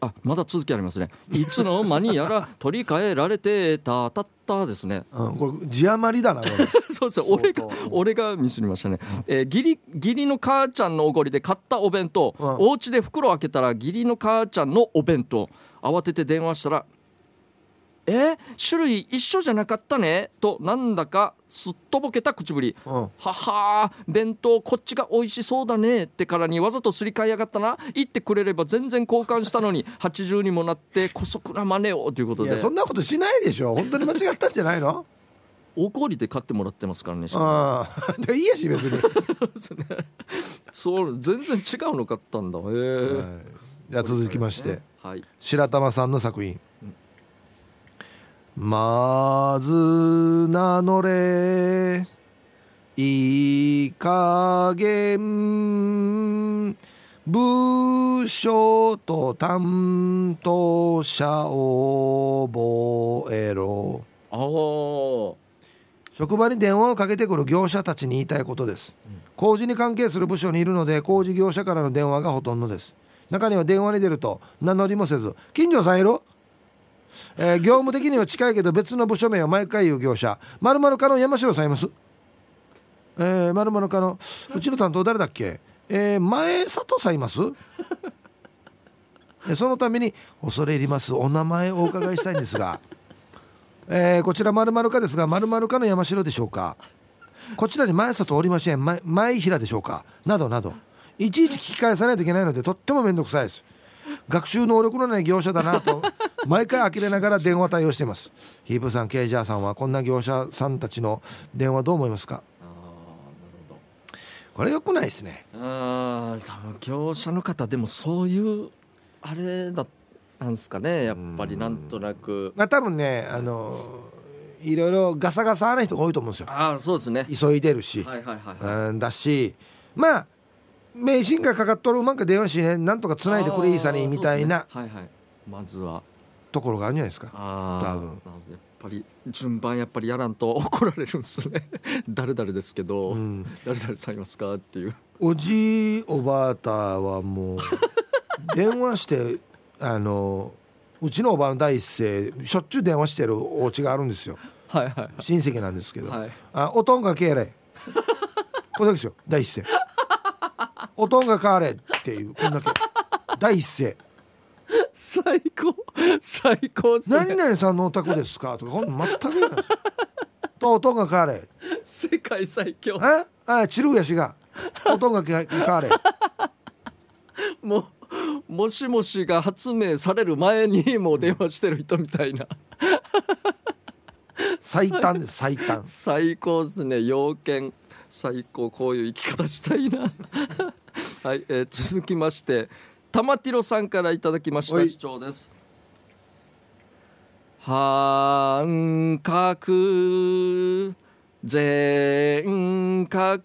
Speaker 1: あまだ続きありますねいつの間にやら取り替えられてたたったですね
Speaker 2: うん、これ字余り だなこれ
Speaker 1: そうそう
Speaker 2: 相
Speaker 1: 俺
Speaker 2: 当
Speaker 1: が俺がミスりましたね、えー、義理義理の母ちゃんのおごりで買ったお弁当、
Speaker 2: うん
Speaker 1: お家で袋開けたら義理の母ちゃんのお弁当慌てて電話したら「えー種類一緒じゃなかったね」となんだかすっとぼけた口ぶり
Speaker 2: うん
Speaker 1: ははー弁当こっちが美味しそうだねってからにわざとすり替えやがったな言ってくれれば全然交換したのに80にもなって姑息な真似をということ
Speaker 2: いや
Speaker 1: で
Speaker 2: そんなことしないでしょ本当に間違ったんじゃな いの
Speaker 1: おこりで買ってもらってますからねしかも
Speaker 2: うん でいいやし別 に、
Speaker 1: そう全然違うの買ったんだへえ、
Speaker 2: じゃあ続きまして
Speaker 1: はい
Speaker 2: 白玉さんの作品「まず名乗れいい加減部署と担当者を覚えろ」
Speaker 1: ああ
Speaker 2: 職場に電話をかけてくる業者たちに言いたいことです、工事に関係する部署にいるので工事業者からの電話がほとんどです中には電話に出ると名乗りもせず「近所さんいる?」えー業務的には近いけど別の部署名を毎回言う業者「まるまる課の山城さんいます?」えー「まるまる課のうちの担当誰だっけ?」えー前里さんいます?」えーそのために「恐れ入りますお名前をお伺いしたいんですが」えーこちら〇〇かですが〇〇かの山城でしょうかこちらに前里おりません前前平でしょうかなどなどいちいち聞き返さないといけないのでとっても面倒くさいです学習能力のない業者だなと毎回呆れながら電話対応していますヒープさんケイジャーさんはこんな業者さんたちの電話どう思いますか
Speaker 1: ああなるほど
Speaker 2: これ良くないですね
Speaker 1: ああ多分業者の方でもそういうあれだなんですかねやっぱりなんとなく
Speaker 2: まあ多分ねあのいろいろガサガサな人が多いと思うんですよ
Speaker 1: ああそうですね
Speaker 2: 急いでるし、
Speaker 1: はいはいはいはい
Speaker 2: うん、だしまあ名神がかかっとるうまく電話しねなんとかつないでくれいいさにみたいな
Speaker 1: あーそうですねはいはいまずは
Speaker 2: ところがあるんじゃないですか
Speaker 1: ああ
Speaker 2: 多分
Speaker 1: なのでやっぱり順番やっぱりやらんと怒られるんですね 誰々ですけど、
Speaker 2: うん
Speaker 1: 誰々さんいますかっていう
Speaker 2: おじいおばあたはもう 電話してあのうちのおばあの第一声しょっちゅう電話してるお家があるんですよ
Speaker 1: はいは
Speaker 2: 親戚なんですけど「
Speaker 1: はい
Speaker 2: あおとんがけや れ」これだけですよ第一声「おとんがかわれ」っていうこんだけ第一声
Speaker 1: 最高最高ですね
Speaker 2: 何々さんのお宅ですか?」とかほんま全く言わないですよ。と音が変われ。
Speaker 1: 世界最強
Speaker 2: えあ、チルやしが。音が変われ
Speaker 1: もうもしもしが発明される前にもう電話してる人みたいな
Speaker 2: 最短です最短
Speaker 1: 最高ですね要件最高こういう生き方したいな はい、えー続きまして玉ティロさんからいただきまし
Speaker 2: は
Speaker 1: た
Speaker 2: い
Speaker 1: 主張です半角全角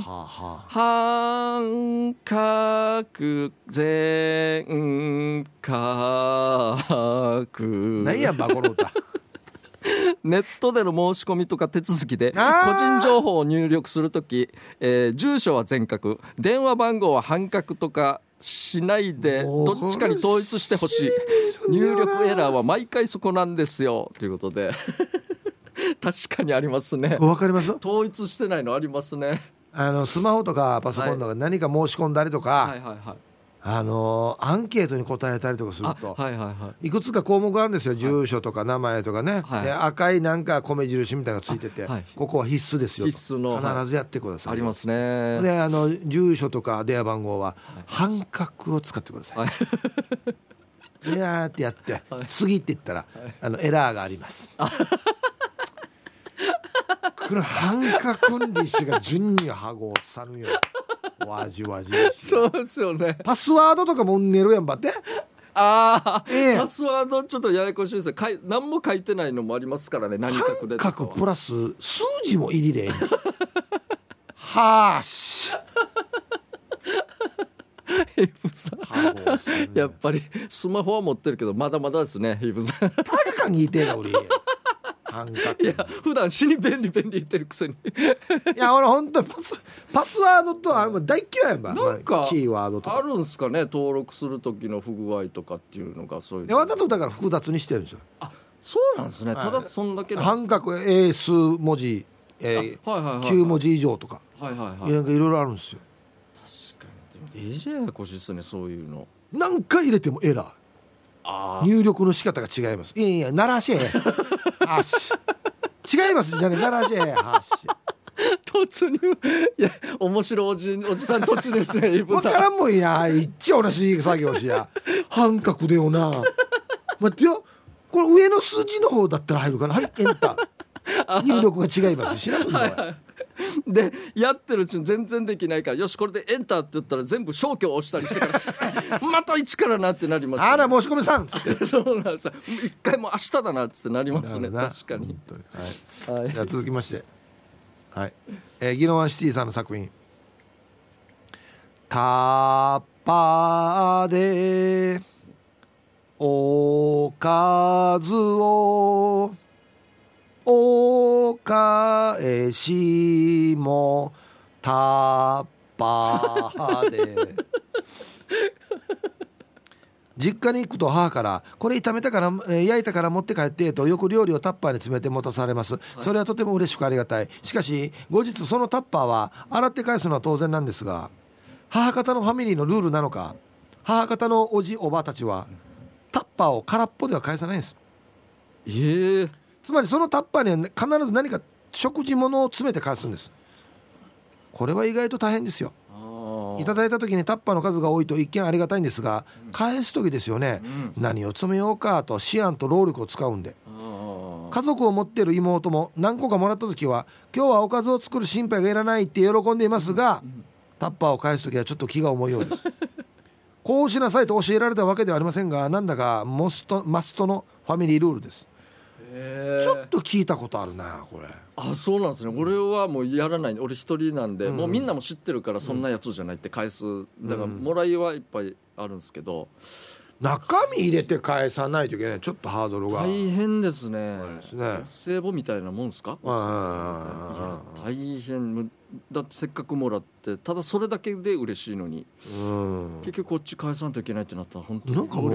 Speaker 2: は
Speaker 1: 半角全角
Speaker 2: 何やバコロ歌
Speaker 1: ネットでの申し込みとか手続きで個
Speaker 2: あー
Speaker 1: 人情報を入力するとき、えー住所は全角電話番号は半角とかしないで
Speaker 2: もう
Speaker 1: どっちかに統一してほしい入力エラーは毎回そこなんですよということで 確かにありますね
Speaker 2: わかります
Speaker 1: 統一してないのありますね
Speaker 2: あのスマホとかパソコンとか何か申し込んだりとか、
Speaker 1: はいはいはい
Speaker 2: あのアンケートに答えたりとかする
Speaker 1: あ
Speaker 2: と、
Speaker 1: はいはいはい
Speaker 2: い、くつか項目あるんですよ住所とか名前とかね、
Speaker 1: はい
Speaker 2: で赤いなんか米印みたいなのついてて、
Speaker 1: あはい
Speaker 2: ここは必須ですよと
Speaker 1: 必須のはい
Speaker 2: 必ずやってください、
Speaker 1: ありますね
Speaker 2: であの住所とか電話番号は半角を使ってください、
Speaker 1: はい
Speaker 2: いやーってやって、
Speaker 1: はい
Speaker 2: 次って言ったら、あのエラーがあります。この半角んりしが順にはごさぬよ。わじわじわじ。
Speaker 1: そうですよね
Speaker 2: パスワードとかもんねるやんばって。
Speaker 1: ああ、
Speaker 2: ええ
Speaker 1: パスワードちょっとややこしいですよかい何も書いてないのもありますからね何書くでと
Speaker 2: 半
Speaker 1: か
Speaker 2: 角
Speaker 1: は
Speaker 2: プラス数字も入 りで。はーし。
Speaker 1: ヘイブさん
Speaker 2: はごさぬ
Speaker 1: やっ
Speaker 2: よ。
Speaker 1: ぱりスマホは持ってるけどまだまだですねヘイブさんい
Speaker 2: たかにいてえな俺。半角。
Speaker 1: や普段死に便利便利言ってるくせに
Speaker 2: いや俺本当にパスパスワードとあれも大嫌いやんば。
Speaker 1: なんか
Speaker 2: まあキーワードと
Speaker 1: あ
Speaker 2: か。
Speaker 1: るんすかね登録する時の不具合とかっていうのがそういう
Speaker 2: でわざとだから複雑にしてるんですよ。
Speaker 1: そうなんですねただ
Speaker 2: はい
Speaker 1: そんだけなん
Speaker 2: 半角英数文字、
Speaker 1: あ
Speaker 2: え
Speaker 1: はいはいは
Speaker 2: ー、
Speaker 1: い
Speaker 2: 9文字以上とか、
Speaker 1: はいはいはい
Speaker 2: い、なんかいろいろあるんですよ
Speaker 1: 確かにでも DJ ややこしいっすねそういうの
Speaker 2: 何回入れてもエラ
Speaker 1: あ
Speaker 2: ー入力の仕方が違いますいやいや鳴らしえ はっし違いますじゃね鳴らしえはっし
Speaker 1: 突入いや面白おじおじさん突入ですねヘイブ
Speaker 2: 分
Speaker 1: さん
Speaker 2: からんもんや一応同じ作業し や半角でよな待ってよこれ上の数字の方だったら入るかなはいエンタ ー入力が違いますしなそんなの
Speaker 1: でやってるうちに全然できないからよしこれでエンターって言ったら全部消去を押したりしてからし また一からなってなりますよね
Speaker 2: あら申し込みさんつって
Speaker 1: そうなんですよ一回もう明日だなっつってなりますね
Speaker 2: なるな
Speaker 1: 確かに
Speaker 2: 本、当にはい
Speaker 1: はい
Speaker 2: じゃあ続きまして、はい、えー、ギノワンシティさんの作品「タッパーでおかずをお返しもタッパーで」実家に行くと母から「これ炒めたから、えー焼いたから持って帰って」とよく料理をタッパーに詰めて持たされますそれはとても嬉しくありがたいしかし後日そのタッパーは洗って返すのは当然なんですが母方のファミリーのルールなのか母方のおじおばたちはタッパーを空っぽでは返さないんです
Speaker 1: えー、
Speaker 2: つまりそのタッパーには必ず何か食事物を詰めて返すんですこれは意外と大変ですよ
Speaker 1: あー
Speaker 2: いただいた時にタッパーの数が多いと一見ありがたいんですが返す時ですよね、
Speaker 1: うん
Speaker 2: 何を詰めようかと思案と労力を使うんで
Speaker 1: あー
Speaker 2: 家族を持っている妹も何個かもらった時は今日はおかずを作る心配がいらないって喜んでいますがタッパーを返す時はちょっと気が重いようです こうしなさいと教えられたわけではありませんがなんだかモストマストのファミリールールです
Speaker 1: えー
Speaker 2: ちょっと聞いたことあるなこれ
Speaker 1: あそうなんですね俺はもうやらない俺一人なんで、もうみんなも知ってるからそんなやつじゃないって返すだからもらいはいっぱいあるんですけど、
Speaker 2: 中身入れて返さないといけないちょっとハードルが
Speaker 1: 大変ですね
Speaker 2: そうですね
Speaker 1: 聖母みたいなもんですか
Speaker 2: うんうんうんうん
Speaker 1: いや大変むだってせっかくもらってただそれだけで嬉しいのに
Speaker 2: うん
Speaker 1: 結局こっち返さんといけないってなったら本当
Speaker 2: なん
Speaker 1: に
Speaker 2: か
Speaker 1: 労
Speaker 2: も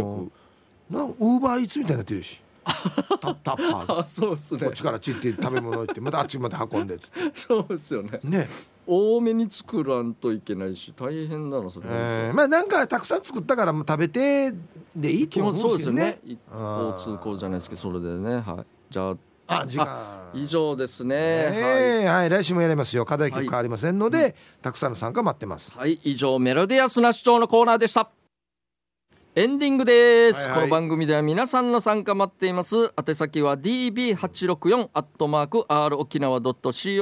Speaker 1: 力
Speaker 2: うなんウーバーイーツみたいになってる しタタッパーが
Speaker 1: あそうです
Speaker 2: こ
Speaker 1: ね
Speaker 2: っちからちって食べ物 行ってまたあっちまで運んで
Speaker 1: そうですよね
Speaker 2: ね、
Speaker 1: 多めに作らんといけないし大変なのそれ、
Speaker 2: えーまあなんかたくさん作ったからもう食べてでいい
Speaker 1: 基
Speaker 2: と
Speaker 1: 本
Speaker 2: 思
Speaker 1: そううんで
Speaker 2: ですす
Speaker 1: よ
Speaker 2: けどね
Speaker 1: ね一方通行じゃないですけどそれでねはいじゃあ
Speaker 2: あ時間
Speaker 1: 以上ですね、
Speaker 2: えーはい、来週もやりますよ課題曲変わりませんので、たくさんの参加待ってます
Speaker 1: はい、はい、以上メロディアスな主張のコーナーでしたエンディングです、
Speaker 2: はいは
Speaker 1: こ
Speaker 2: い
Speaker 1: の番組では皆さんの参加待っています宛先は db864 アットマーク r 沖縄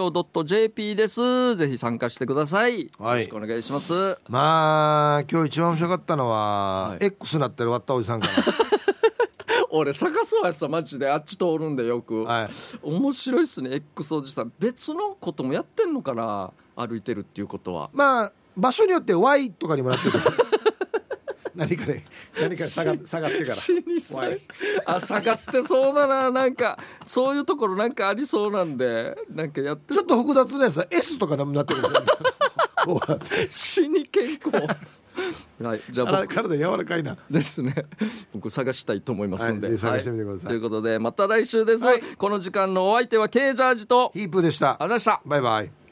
Speaker 1: .co.jp ですぜひ参加してください、
Speaker 2: は
Speaker 1: よろ
Speaker 2: い
Speaker 1: しくお願いします
Speaker 2: まあ今日一番面白かったのは、
Speaker 1: はい
Speaker 2: X になってる割ったおじさんか
Speaker 1: 俺探すわさマジであっち通るんでよく、
Speaker 2: ら、はい、
Speaker 1: 面白いっすね X おじさん別のこともやってんのかな歩いてるっていうことは
Speaker 2: まあ場所によって Y とかにもなってる 何かね何か下が下がってから
Speaker 1: 死にそう
Speaker 2: Y
Speaker 1: あ下がってそうだななんかそういうところなんかありそうなんでなんかやって
Speaker 2: ちょっと複雑なやつは S とかになってるんですよこうなって
Speaker 1: 死に健康はいじゃ あ
Speaker 2: あら
Speaker 1: 僕
Speaker 2: 体柔らかいな
Speaker 1: ですね僕探したいと思いますんで、
Speaker 2: はいぜひ探してみてください
Speaker 1: ということでまた来週です、
Speaker 2: はい
Speaker 1: この時間のお相手は K ジャージと
Speaker 2: ヒープーでした
Speaker 1: あざした
Speaker 2: バイバイ